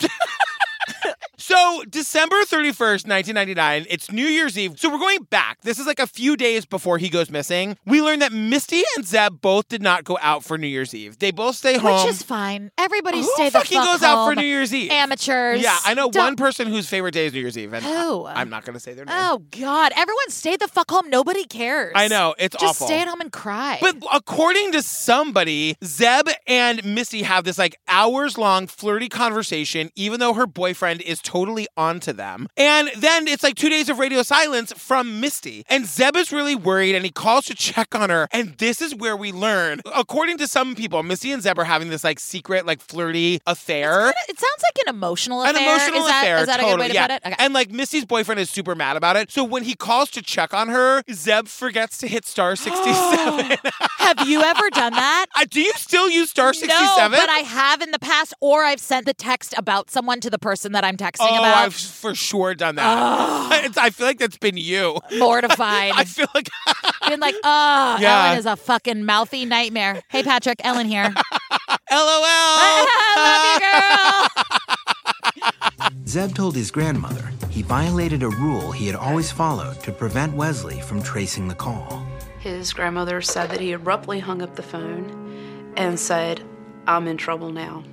so, December 31st, 1999, it's New Year's Eve. So, we're going back. This is like a few days before he goes missing. We learned that Misty and Zeb both did not go out for New Year's Eve. They both stay home. [LAUGHS] Which is fine. Everybody Who stay the fucking fuck goes out for home. New Year's Eve? Amateurs. Yeah, I know Don't- one person whose favorite day is New Year's Eve, and I- Who? I'm not going to say their name. Oh God! Everyone stay the fuck home. Nobody cares. I know, it's Just awful. stay at home and cry. But according to somebody, Zeb and Misty have this like hours long flirty conversation, even though her boyfriend is totally onto them. And then it's like two days of radio silence from Misty. And Zeb is really worried and he calls to check on her. And this is where we learn, according to some people, Misty and Zeb are having this like secret, like flirty affair. it sounds like an emotional an affair. emotional is that, affair. Is that totally, a good way to yeah. put it? Okay. And like Missy's boyfriend is super mad about it. So when he calls to check on her, Zeb forgets to hit [GASPS] star [LAUGHS] 67. Have you ever [LAUGHS] done that? Uh, Do you still use star 67? No, but I have in the past, or I've sent the text about someone to the person that I'm texting Oh, about. I've [LAUGHS] for sure done that. [LAUGHS] It's- I feel like that's been you. [LAUGHS] Mortified. I feel like [LAUGHS] Been like, oh, Yeah. Ellen is a fucking mouthy nightmare. Hey, Patrick, Ellen here. [LAUGHS] LOL. I love you, girl. Zeb told his grandmother he violated a rule he had always followed to prevent Wesley from tracing the call. His grandmother said that he abruptly hung up the phone and said, I'm in trouble now.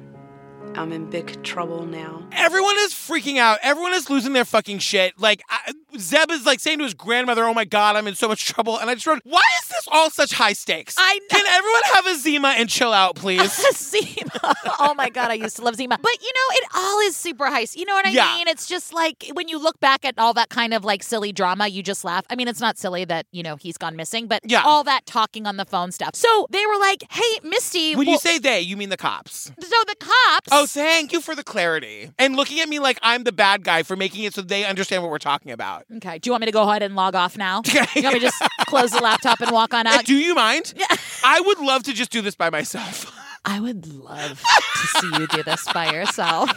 I'm in big trouble now. Everyone is freaking out. Everyone is losing their fucking shit. Like I, Zeb is like saying to his grandmother, "Oh my god, I'm in so much trouble." And I just wrote, "Why is this all such high stakes?" I know. Can everyone have a Zima and chill out, [LAUGHS] please? [LAUGHS] Zima. Oh my god, I used to love Zima. But you know, it all is super heist. You know what I Yeah. mean? It's just like when you look back at all that kind of like silly drama, you just laugh. I mean, it's not silly that, you know, he's gone missing, but Yeah. all that talking on the phone stuff. So they were like, Hey, Misty, when you well- say they, you mean the cops. so the cops Oh, thank you for the clarity. And looking at me like I'm the bad guy for making it so they understand what we're talking about. Okay. Do you want me to go ahead and log [LAUGHS] off now? You want me to just close the laptop and walk on out? Do you mind? [LAUGHS] I would love to just do this by myself. [LAUGHS] I would love to see you do this by yourself.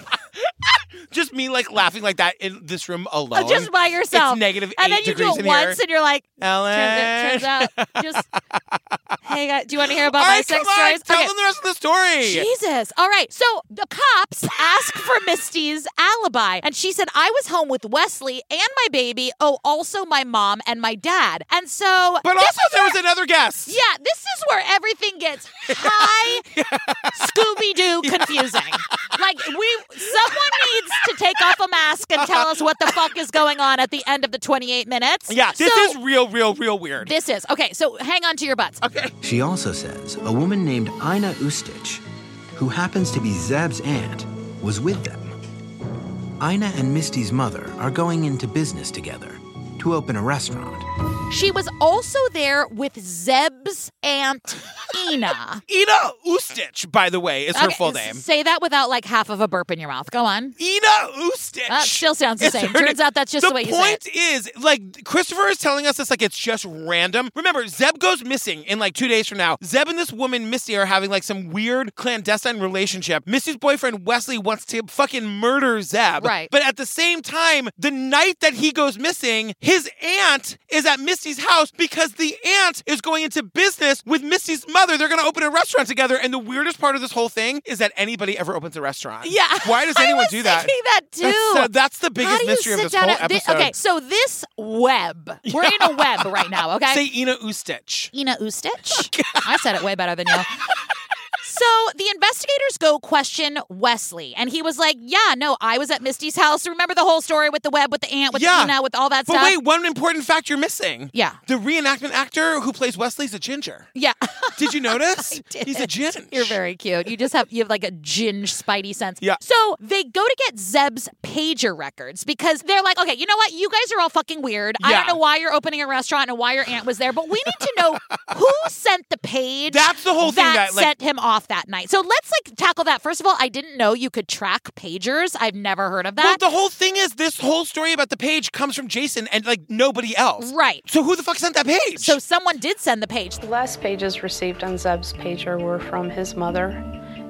just me like laughing like that in this room alone. Oh, Just by yourself. It's negative And eight then you do degrees it in once here. and you're like, Ellen. turns, out, [LAUGHS] turns out, just, hey, guys, do you want to hear about All my right, sex come on, stories? Tell Okay. them the rest of the story. Jesus. All right. So the cops ask for Misty's alibi. And she said, I was home with Wesley and my baby. Oh, also my mom and my dad. And so. But this also is there where- was another guest. Yeah, this is where everything gets [LAUGHS] high Scooby Doo confusing. Like we someone needs to take off a mask and tell us what the fuck is going on at the end of the 28 minutes. Uh-huh. Yeah, this So- is real, real, real weird. this is. Okay, so hang on to your butts. okay. She also says a woman named Ina Ustich, who happens to be Zeb's aunt, was with them. Ina and Misty's mother are going into business together to open a restaurant. She was also there with Zeb's aunt Ina. Ina Ustich, by the way, is her Okay, full s- name. Say that without like half of a burp in your mouth. Go on. Ina Ustich. That still sounds the It's same. her Turns name. out that's just the way you say point is, like, Christopher is telling us this like it's just random. Remember, Zeb goes missing in like two days from now. Zeb and this woman, Misty, are having like some weird clandestine relationship. Misty's boyfriend, Wesley, wants to fucking murder Zeb. Right. But at the same time, the night that he goes missing, his aunt is at Misty's house because the aunt is going into business with Misty's mother. They're going to open a restaurant together. And the weirdest part of this whole thing is that anybody ever opens a restaurant. Yeah. Why does [LAUGHS] I anyone was do that? thinking that too. That's, uh, that's the biggest How do you mystery sit of this down whole at thi- episode. okay, so this web. [LAUGHS] We're in a web right now, okay? Say Ina Ustich. Ina [LAUGHS] Ustich. I said it way better than you. So the investigators go question Wesley, and he was like, "Yeah, no, I was at Misty's house. Remember the whole story with the web, with the aunt, with Yeah. Ina, with all that But stuff." wait, one important fact you're missing. Yeah. The reenactment actor who plays Wesley's a ginger. yeah, [LAUGHS] Did you notice? did. He's a ginger. you're very cute. You just have you have like a ginge spidey sense. Yeah. So they go to get Zeb's pager records because they're like, "Okay, you know what? You guys are all fucking weird. I Yeah. don't know why you're opening a restaurant and why your aunt was there, but we need to know who sent the page." That's the whole thing that, that, like- set him off that night. So let's like tackle that. First of all, I didn't know you could track pagers. I've never heard of Well, that. the whole thing is this whole story about the page comes from Jason and like nobody else. right. So who the fuck sent that page? So someone did send the page. The last pages received on Zeb's pager were from his mother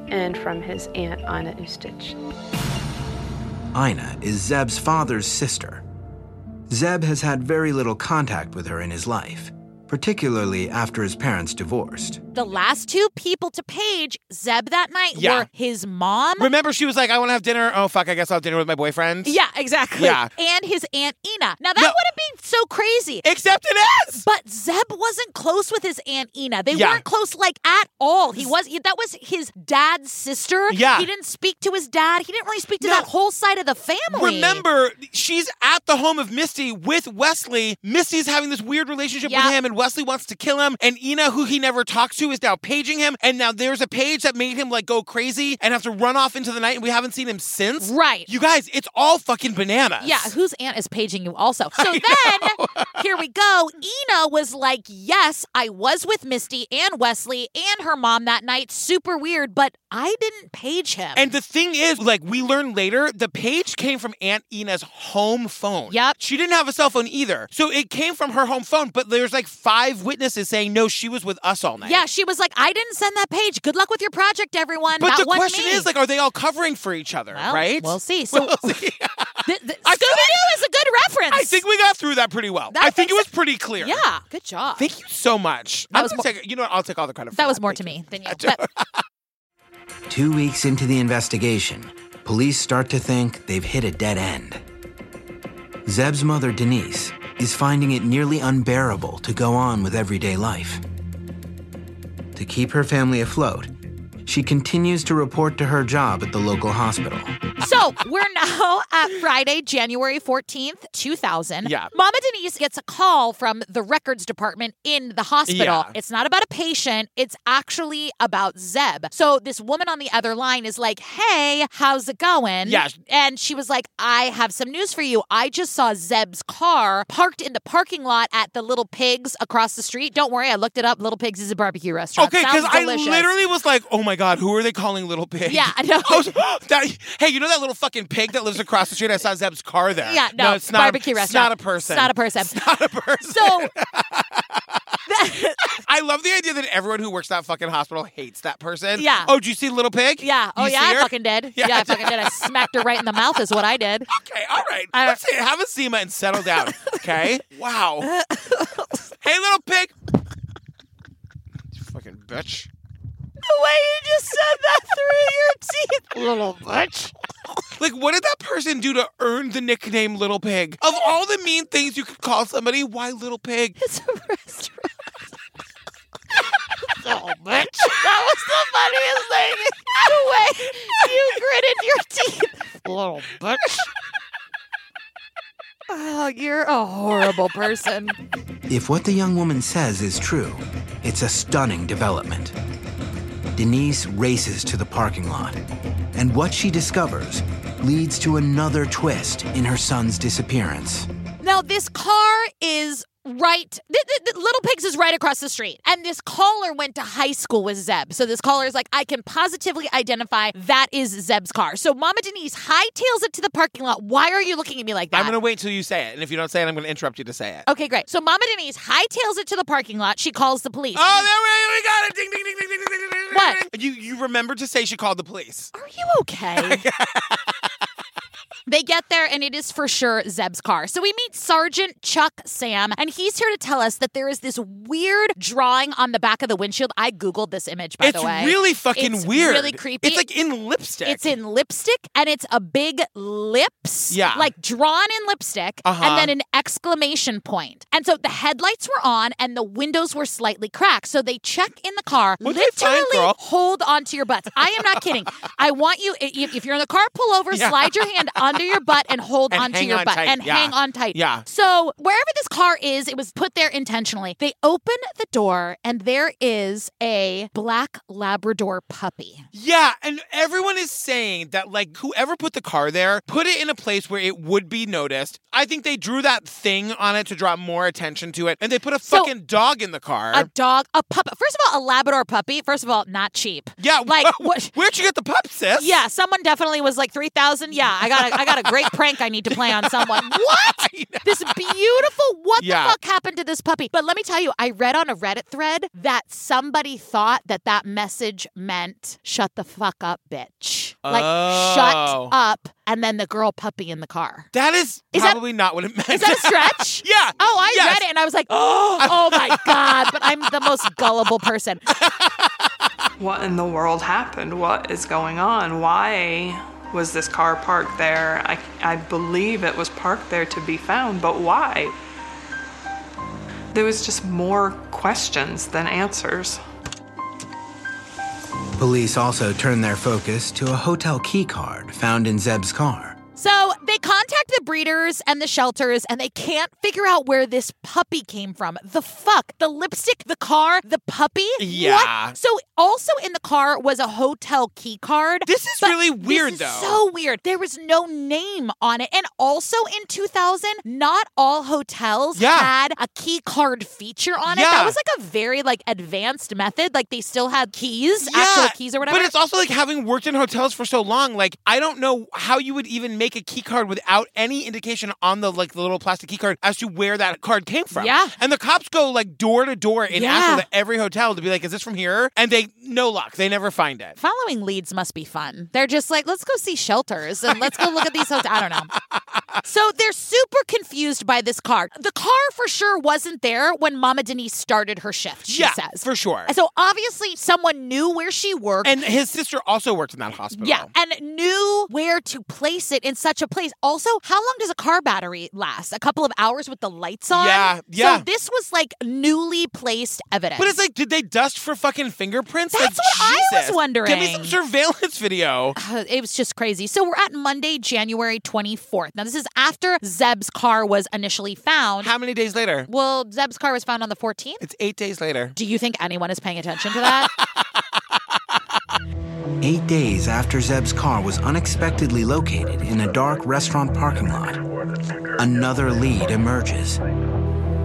and from his aunt, Ina Ustich. Ina is Zeb's father's sister. Zeb has had very little contact with her in his life, particularly after his parents divorced. The last two people to page Zeb that night Yeah. were his mom. remember she was like, I want to have dinner. Oh fuck, I guess I'll have dinner with my boyfriend. yeah, exactly. Yeah. And his aunt Ina. Now that No. would have been so crazy. Except it is. But Zeb wasn't close with his aunt Ina. They Yeah. weren't close like at all. He was that was his dad's sister. Yeah. He didn't speak to his dad. He didn't really speak to No. that whole side of the family. Remember, she's at the home of Misty with Wesley. Misty's having this weird relationship Yeah. with him, and Wesley wants to kill him. And Ina, who he never talks to, is now paging him. And now there's a page that made him like go crazy and have to run off into the night, and we haven't seen him since. Right. You guys, it's all fucking bananas. Yeah, whose aunt is paging you also? So then, here we go. Ina was like, Yes, I was with Misty and Wesley and her mom that night. Super weird, but I didn't page him. And the thing is, like we learn later, the page came from Aunt Ina's home phone. Yep. She didn't have a cell phone either. So it came from her home phone, but there's like five witnesses saying, no, she was with us all night. yeah, she was like, I didn't send that page. Good luck with your project, everyone. But that the wasn't question me." is, like, are they all covering for each other, Well, right? We'll see. So, [LAUGHS] Th- th- Scooby I feel Doo is a good [LAUGHS] reference. I think we got through that pretty well. That I think makes it was pretty clear. Yeah, good job. Thank you so much. That I'm was gonna more- take- you know what? I'll take all the credit for that was more Thank to you. me than you. But Two weeks into the investigation, police start to think they've hit a dead end. Zeb's mother, Denise, is finding it nearly unbearable to go on with everyday life. To keep her family afloat, she continues to report to her job at the local hospital. So we're now at Friday, January 14th, 2000. Yeah. Mama Denise gets a call from the records department in the hospital. Yeah. It's not about a patient, it's actually about Zeb. So this woman on the other line is like, Hey, how's it going? Yeah. And she was like, I have some news for you. I just saw Zeb's car parked in the parking lot at the Little Pigs across the street. Don't worry, I looked it up. Little Pigs is a barbecue restaurant. Okay, because because I literally was like, oh my God, who are they calling Little Pig? Yeah, [LAUGHS] I know. was- [GASPS] that, hey, you know that little fucking pig that lives across the street? I saw Zeb's car there. Yeah, no, it's not barbecue it's restaurant. not a person. It's not a person. It's not a person. So I love the idea that everyone who works that fucking hospital hates that person. Yeah. Oh, did you see Little Pig? Yeah. Oh You yeah, see I her? fucking did. Yeah, Yeah, I fucking did. I smacked her right in the mouth is what I [LAUGHS] did. Okay, all right. I- Let's see, have a SEMA and settle [LAUGHS] down. Okay. [LAUGHS] wow. hey, little pig. You fucking bitch. The way you just said that through your teeth. Little bitch. Like, what did that person do to earn the nickname Little Pig? Of all the mean things you could call somebody, why Little Pig? [LAUGHS] It's a [LAUGHS] restaurant. Little Oh, bitch. That was the funniest thing. The way you gritted your teeth. Little bitch. [LAUGHS] Oh, you're a horrible person. If what the young woman says is true, it's a stunning development. Denise races to the parking lot, and what she discovers leads to another twist in her son's disappearance. Now, this car is right. th- th- th- Little Pigs is right across the street. And this caller went to high school with Zeb. So this caller is like, I can positively identify that is Zeb's car. So Mama Denise hightails it to the parking lot. Why are you looking at me like that? I'm going to wait till you say it. And if you don't say it, I'm going to interrupt you to say it. Okay, great. So Mama Denise hightails it to the parking lot. She calls the police. Oh, there we, we got it. Ding, ding, ding, ding, ding, ding, ding, ding, ding. What? You, you remembered to say she called the police. [LAUGHS] Are you [LAUGHS] okay? they get there, and it is for sure Zeb's car. So we meet Sergeant Chuck Sam, and he's here to tell us that there is this weird drawing on the back of the windshield. I Googled this image, by it's the way. really fucking It's weird. really creepy. It's like in lipstick. It's in lipstick and it's a big lips. Yeah. Like drawn in lipstick Uh-huh. and then an exclamation point. And so the headlights were on and the windows were slightly cracked. So they check in the car, What'd they find, literally girl? hold onto your butts. I am [LAUGHS] not kidding. I want you, i- if, if you're in the car, pull over, Yeah. slide your hand under your butt and hold And onto hang your on butt tight. and Yeah. hang on tight. Yeah. So wherever this car is, it was put there intentionally. They open the door and there is a black Labrador puppy. Yeah, and everyone is saying that like whoever put the car there put it in a place where it would be noticed. I think they drew that thing on it to draw more attention to it, and they put a So- fucking dog in the car. A dog, a pup. First of all, a Labrador puppy. First of all, not cheap. yeah, like what? Where'd you get the pup, sis? Yeah, someone definitely was like three thousand. Yeah, I got, a, I got [LAUGHS] a great prank I need to play on someone. What? This beautiful. What Yeah. the fuck happened to this puppy? But let me tell you, I read on a Reddit thread that somebody thought that that message meant "shut the fuck up, bitch." Like Oh. shut up, and then the girl puppy in the car. [LAUGHS] that is, Is that- probably not what it meant. [LAUGHS] Is that a stretch? yeah. Oh, I Yes. read it and I [GASPS] was like, oh, oh my God, but I'm the most gullible person. What in the world happened? What is going on? Why was this car parked there? I, I believe it was parked there to be found, but why? There was just more questions than answers. Police also turn their focus to a hotel key card found in Zeb's car. So they contact the breeders and the shelters and they can't figure out where this puppy came from. The fuck? The lipstick, the car, the puppy? Yeah. What? So also in the car was a hotel key card. This is but really weird, this is though. So weird. There was no name on it. And also in 2000, not all hotels Yeah. had a key card feature on it. Yeah. That was like a very like advanced method. Like they still had keys, actual keys or whatever. But it's also like having worked in hotels for so long, like I don't know how you would even make a key card without any indication on the like the little plastic key card as to where that card came from. Yeah. And the cops go like door to door in Yeah. Asheville to every hotel to be like, is this from here? And they no luck. They never find it. Following leads must be fun. They're just like, let's go see shelters and let's go look at these hotels. I don't [LAUGHS] know. So they're super confused by this car. The car for sure wasn't there when Mama Denise started her shift, she yeah, says. for sure. So obviously someone knew where she worked. And his sister also worked in that hospital. yeah, and knew where to place it in such a place. Also, how long does a car battery last? A couple of hours with the lights on? Yeah, yeah. So this was like newly placed evidence. But it's like, did they dust for fucking fingerprints? That's like, what I was Jesus. Give me wondering. some surveillance video. Uh, it was just crazy. So we're at Monday, January 24th. Now, this is after Zeb's car was initially found. How many days later? well, Zeb's car was found on the 14th. It's eight days later. Do you think anyone is paying attention [LAUGHS] to that? Eight days after Zeb's car was unexpectedly located in a dark restaurant parking lot, another lead emerges.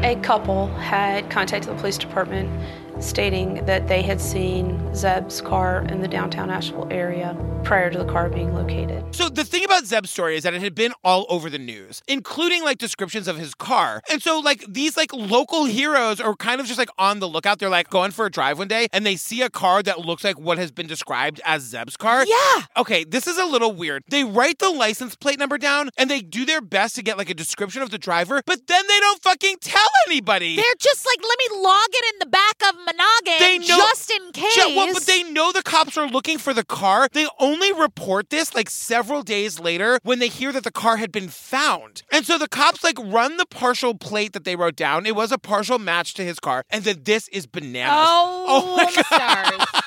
A couple had contacted the police department stating that they had seen Zeb's car in the downtown Asheville area prior to the car being located. So the thing about Zeb's story is that it had been all over the news, including like descriptions of his car. And so like these like local heroes are kind of just like on the lookout. They're like going for a drive one day and they see a car that looks like what has been described as Zeb's car. Yeah. Okay, this is a little weird. They write the license plate number down and they do their best to get like a description of the driver, but then they don't fucking tell anybody. They're just like, let me log it in the back of Monogam They know- just in case. Yeah, well, but they know the cops are looking for the car. They only report this like several days later when they hear that the car had been found. And so the cops like run the partial plate that they wrote down. It was a partial match to his car, and that this is bananas. Oh, my my stars.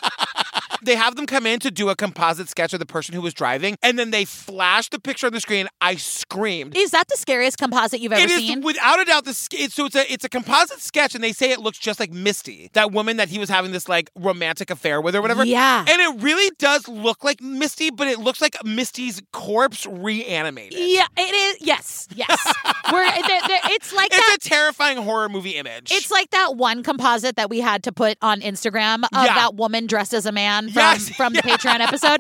they have them come in to do a composite sketch of the person who was driving, and then they flash the picture on the screen. I screamed. Is that the scariest composite you've ever It is seen? without a doubt the sk- it's- so it's a it's a composite sketch and they say it looks just like Misty, that woman that he was having this like romantic affair with or whatever. Yeah. and it really does look like Misty, but it looks like Misty's corpse reanimated. yeah, it is. Yes, [LAUGHS] yes. We're, they're, they're- it's like that. It's a terrifying horror movie image. It's like that one composite that we had to put on Instagram of Yeah. that woman dressed as a man from, Yes. [LAUGHS] from the Patreon episode.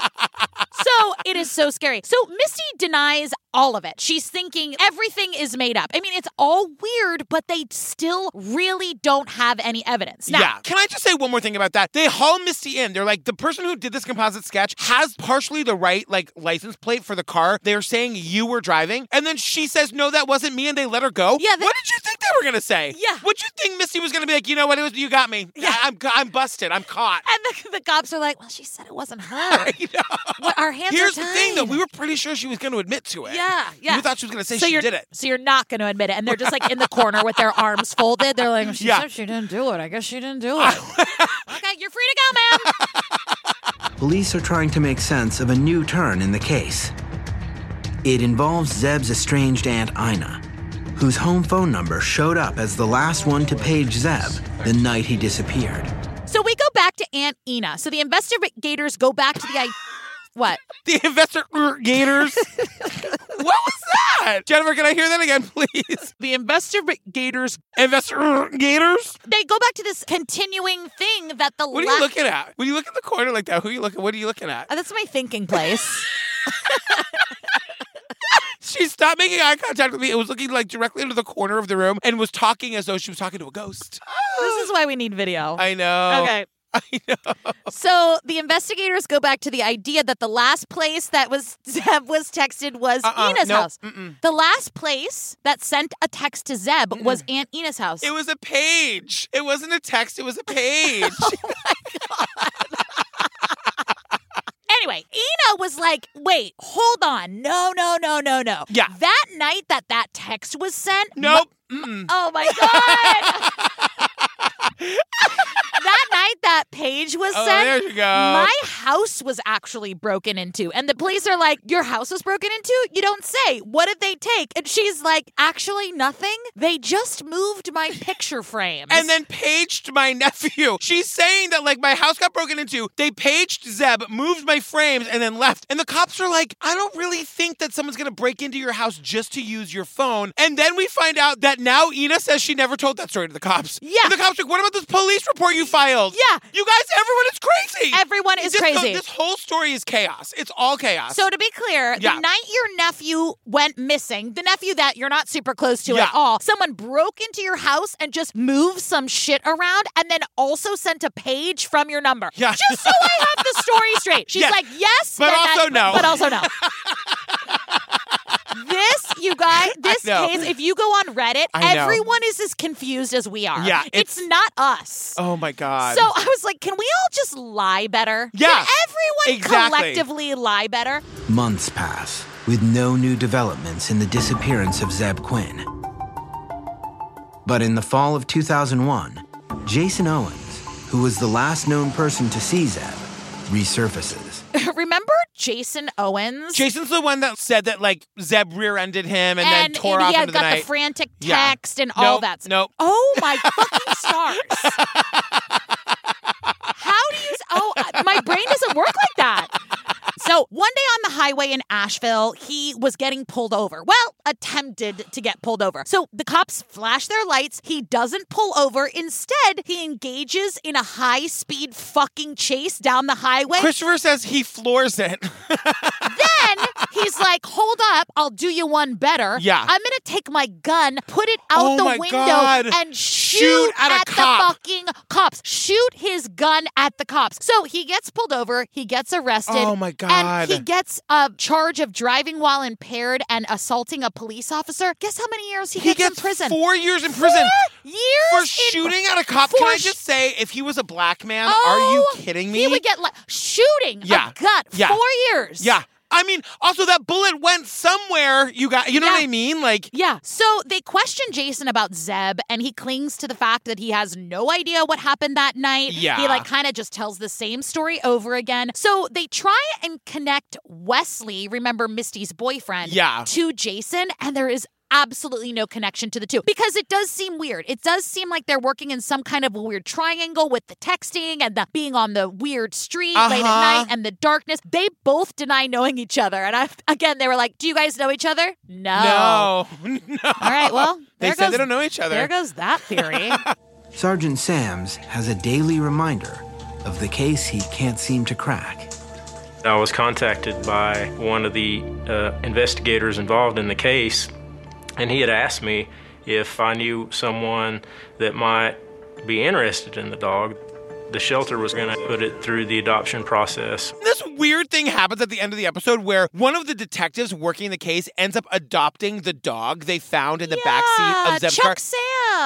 So it is so scary. So Misty denies all of it. She's thinking everything is made up. I mean, it's all weird, but they still really don't have any evidence. Now, yeah. Can I just say one more thing about that? They haul Misty in. They're like, the person who did this composite sketch has partially the right like license plate for the car. They're saying you were driving, and then she says, "No, that wasn't me," and they let her go. Yeah, they- what did you think they were gonna say? Yeah. What you think Misty was gonna be like? You know what? It was you got me. Yeah. I, am I'm busted. I'm caught. And the, the cops are like, well, she said it [LAUGHS] wasn't her. You know? What- Our hands Here's are the tied. thing, though. We were pretty sure she was going to admit to it. Yeah, yeah. We thought she was going to say so she you're, did it. So you're not going to admit it. And they're just like in the corner with their arms folded. They're like, she Yeah. said she didn't do it. I guess she didn't do it. [LAUGHS] okay, you're free to go, ma'am. Police are trying to make sense of a new turn in the case. It involves Zeb's estranged aunt Ina, whose home phone number showed up as the last one to page Zeb the night he disappeared. So we go back to Aunt Ina. So the investigators go back to the I- what? The investigators. what was that? Jennifer, can I hear that again, please? The investigators. Investigators? They go back to this continuing thing that the What are you looking at? When you look at the corner like that, who are you looking? What are you looking at? Oh, that's my thinking place. She stopped making eye contact with me. It was looking like directly into the corner of the room and was talking as though she was talking to a ghost. this is why we need video. I know. Okay. [LAUGHS] I know. So the investigators go back to the idea that the last place that was [LAUGHS] Zeb was texted was Uh-uh. Ina's Nope. house. The last place that sent a text to Zeb was Aunt Ina's house. It was a page. It wasn't a text. It was a page. Anyway, Ina was like, wait, hold on. No, no, no, no, no. Yeah. That night that that text was sent. nope. Mm-mm. Oh my [LAUGHS] god! that night, that page was Oh, sent. there you go. My house was actually broken into, and the police are like, "Your house was broken into? You don't say. What did they take?" And she's like, "Actually, nothing. They just moved my picture frames." and then paged my [LAUGHS] nephew. She's saying that like my house got broken into. They paged Zeb, moved my frames, and then left. And the cops are like, I don't really think that someone's gonna break into your house just to use your phone. And then we find out that now Ina says she never told that story to the cops. Yeah. And the cops are like, what about this police report you filed? Yeah. You guys, everyone is crazy. Everyone is This- crazy. This whole story is chaos. It's all chaos. So to be clear, Yeah. the night your nephew went missing, the nephew that you're not super close to Yeah. at all, someone broke into your house and just moved some shit around and then also sent a page from your number. Yeah. Just so I have the story [LAUGHS] straight. She's Yes. like, yes, But that- also that- no. But [LAUGHS] also no. This, you guys, this know. case, if you go on Reddit, I know. everyone is as confused as we are. Yeah, It's, it's- not us. oh my god. So uh, I was like, can we all just lie better? Yeah. Can everyone Exactly. collectively lie better? Months pass with no new developments in the disappearance of Zeb Quinn. But in the fall of 2001, Jason Owens, who was the last known person to see Zeb, resurfaces. [LAUGHS] Remember Jason Owens? Jason's the one that said that like Zeb rear-ended him and, then tore and off he had into got the night. the frantic Yeah. text and all Nope, that. stuff. nope. Oh [LAUGHS] my fucking stars! How do you? s- Oh, I- my brain doesn't work like that. So one day on the highway in Asheville, he was getting pulled over. Well, attempted to get pulled over. So the cops flash their lights. He doesn't pull over. Instead, he engages in a high speed fucking chase down the highway. Christopher says he floors it. then he's like, "Hold up, I'll do you one better. Yeah. I'm gonna take my gun, put it out Oh the my window, God. and shoot, Shoot at a the cop. fucking cops. Shoot his gun at the cops." So he gets pulled over, he gets arrested. Oh my God. And he gets a charge of driving while impaired and assaulting a police officer. Guess how many years he, he gets, gets in prison? four years in prison years for in- shooting at a cop. for Can I sh- just say, if he was a black man, Oh, are you kidding me? He would get like shooting. Yeah. a gut. Yeah. Four years. yeah. I mean, also that bullet went somewhere. you got you know what Yeah. I mean? Like Yeah. So they question Jason about Zeb, and he clings to the fact that he has no idea what happened that night. Yeah. He like kind of just tells the same story over again. So they try and connect Wesley, remember Misty's boyfriend, Yeah. to Jason, and there is absolutely no connection to the two because it does seem weird. It does seem like they're working in some kind of a weird triangle with the texting and the being on the weird street late at Uh-huh. night and the darkness. They both deny knowing each other. And I again they were like, "Do you guys know each other?" No. no. [LAUGHS] no. All right, well, They there said goes, they don't know each other. There goes that theory. Sergeant Sams has a daily reminder of the case he can't seem to crack. I was contacted by one of the uh, investigators involved in the case, and he had asked me if I knew someone that might be interested in the dog. The shelter was going to put it through the adoption process. This weird thing happens at the end of the episode where one of the detectives working the case ends up adopting the dog they found in the [LAUGHS] backseat yeah, of Zeb's car. Ah, Chuck Sam.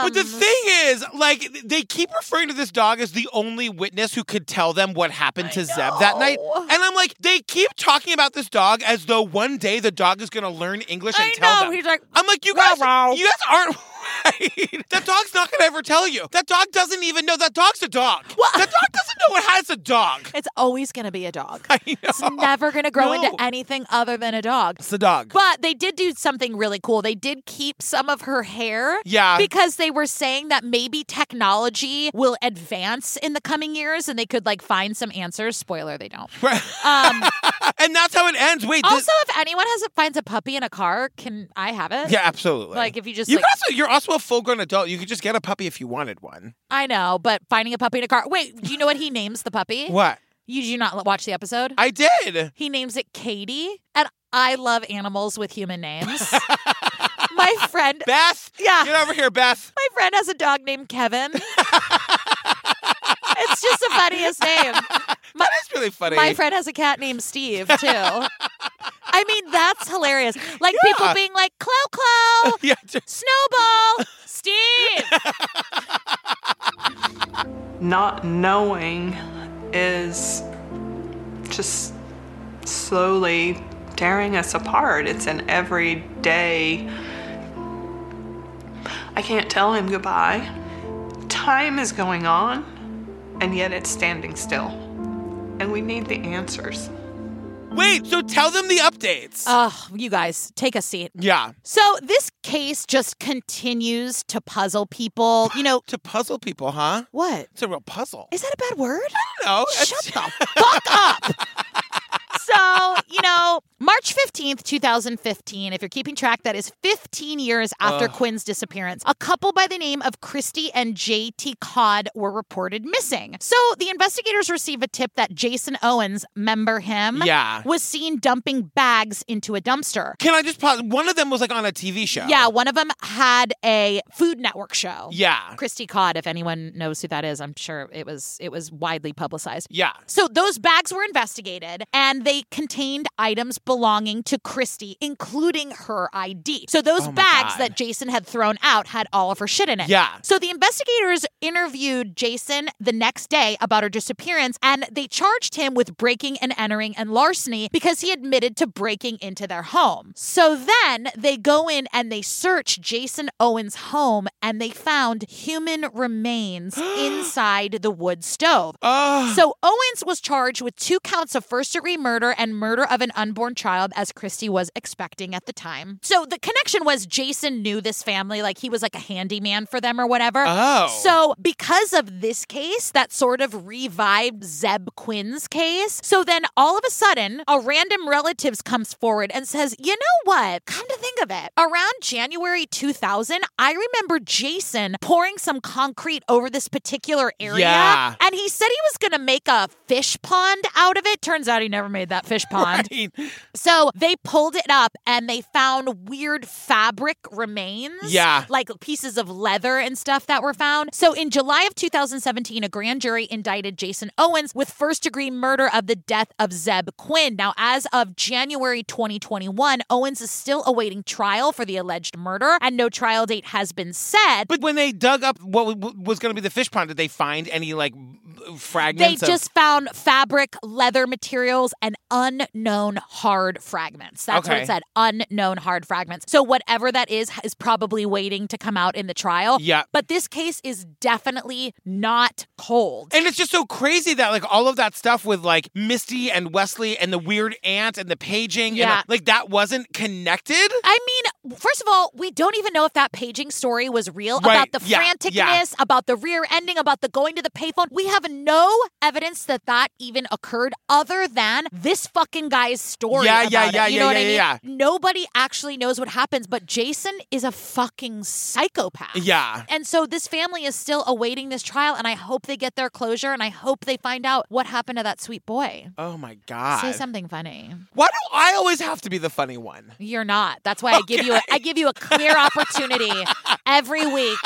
But Mm-hmm. the thing is, like, they keep referring to this dog as the only witness who could tell them what happened to Zeb that night. And I'm like, they keep talking about this dog as though one day the dog is going to learn English and I tell know. them. He's like, I'm like, you guys, you guys aren't [LAUGHS] right. That dog's not going to ever tell you. That dog doesn't even know. That dog's a dog. What? That dog doesn't know it has a [LAUGHS] dog. it's always going to be a dog. [LAUGHS] I know. It's never going to No. grow into anything other than a dog. It's the dog. But they did do something really cool. They did keep some of her hair. Yeah. Because they were saying that maybe technology will advance in the coming years and they could like find some answers. Spoiler, they don't. [LAUGHS] Um, and that's how it ends. Wait, this- also, if anyone has finds a puppy in a car, can I have it? yeah, absolutely. Like if you just you like, can also, you're also a full-grown adult. You could just get a puppy if you wanted one. I know, but finding a puppy in a car. Wait, do you know what he names the puppy? What? You do not l- watch the episode. I did. he names it Katie, and I love animals with human [LAUGHS] names. my friend, Beth, yeah, get over here, Beth. my friend has a dog named Kevin. it's just the funniest name. My, That's really funny. my friend has a cat named Steve too. I mean, that's hilarious. Like Yeah. people being like, "Clo Clo, [LAUGHS] [LAUGHS] yeah, d- Snowball, [LAUGHS] Steve." Not knowing is just slowly tearing us apart. It's an everyday. I can't tell him goodbye. Time is going on, and yet it's standing still. And we need the answers. Wait, so tell them the updates. Oh, you guys, take a seat. yeah, So this case just continues to puzzle people. You know to puzzle people, huh? what? It's a real puzzle. Is that a bad word? no, Shut it's- the fuck up. [LAUGHS] So, you know, March 15th, 2015, if you're keeping track, that is 15 years after Quinn's disappearance. A couple by the name of Christy and JT Codd were reported missing. So the investigators receive a tip that Jason Owens, member him, Yeah. was seen dumping bags into a dumpster. Can I just pause? One of them was like on a TV show. Yeah, one of them had a Food Network show. Oh. yeah, Christy Codd, if anyone knows who that is, I'm sure it was it was widely publicized. yeah. So those bags were investigated and they contained items belonging to Christy, including her ID. So those Oh my bags God. that Jason had thrown out had all of her shit in it. Yeah. So the investigators interviewed Jason the next day about her disappearance and they charged him with breaking and entering and larceny because he admitted to breaking into their home. So then they go in and they search Jason Owen's home and they found human remains inside the wood stove. Oh, So Owens was charged with two counts of first degree murder and murder of an unborn child, as Christie was expecting at the time. So the connection was Jason knew this family, like he was like a handyman for them or whatever. Oh. So because of this case, that sort of revived Zeb Quinn's case. So then all of a sudden, a random relatives comes forward and says, you know what? Come to think of it, around January 2000, I remember Jason pouring some concrete over this particular area. Yeah. And he said he was going to make a fish pond out of it. Turns out he never made that fish pond. Right. So they pulled it up and they found weird fabric remains. Yeah. Like pieces of leather and stuff that were found. So in July of 2017, a grand jury indicted Jason Owens with first degree murder of the death of Zeb Quinn. Now, as of January 2021, Owens is still awaiting trial for the alleged murder and no trial date has been set. But when they dug up what w- was going to be the fish pond, did they find any like b- They fragments. of- just found fabric, leather materials, and unknown hard fragments. That's what Okay. it said unknown hard fragments. So, whatever that is, is probably waiting to come out in the trial. Yeah. But this case is definitely not cold. And it's just so crazy that like all of that stuff with like Misty and Wesley and the weird aunt and the paging, Yeah. and, like that wasn't connected. I mean, first of all, we don't even know if that paging story was real Right, about the yeah, franticness, yeah. about the rear ending, about the going to the payphone. We have no evidence that that even occurred other than this fucking guy's story. Yeah, yeah, about it. yeah, You yeah, know what yeah, I mean? yeah, Nobody actually knows what happens, but Jason is a fucking psychopath. Yeah. And so this family is still awaiting this trial, and I hope they get their closure, and I hope they find out what happened to that sweet boy. Oh my god. Say something funny. Why do I always have to be the funny one? You're not. That's why I give you a, I give you a clear [LAUGHS] opportunity every week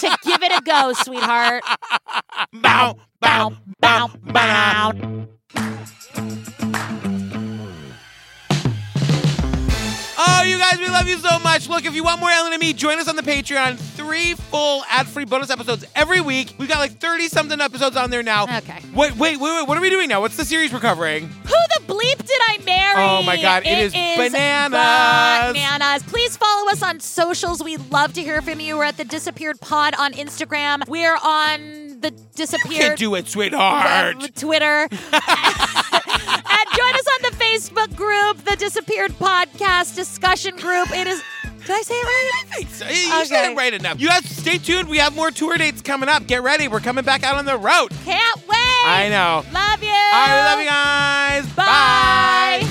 to give it a go, sweetheart. Bow, bow, bow, bow. Oh, you guys, we love you so much. Look, if you want more Ellen and me, join us on the Patreon. Three full ad-free bonus episodes every week. We've got like 30 something episodes on there now. Okay. Wait, wait, wait, wait. What are we doing now? What's the series we're covering? Who the bleep did I marry? Oh my God, it is bananas. Bananas. Please follow us on socials. We love to hear from you. We're at the Disappeared Pod on Instagram. We're on the Can't Disappeared do it, sweetheart. [LAUGHS] Twitter. and join us on the Facebook group, the Disappeared Podcast discussion group. It is. Did I say it right? So, You said it Okay. right enough. You guys, stay tuned. We have more tour dates coming up. Get ready. We're coming back out on the road. Can't wait. I know. Love you. All right, we love you guys. Bye.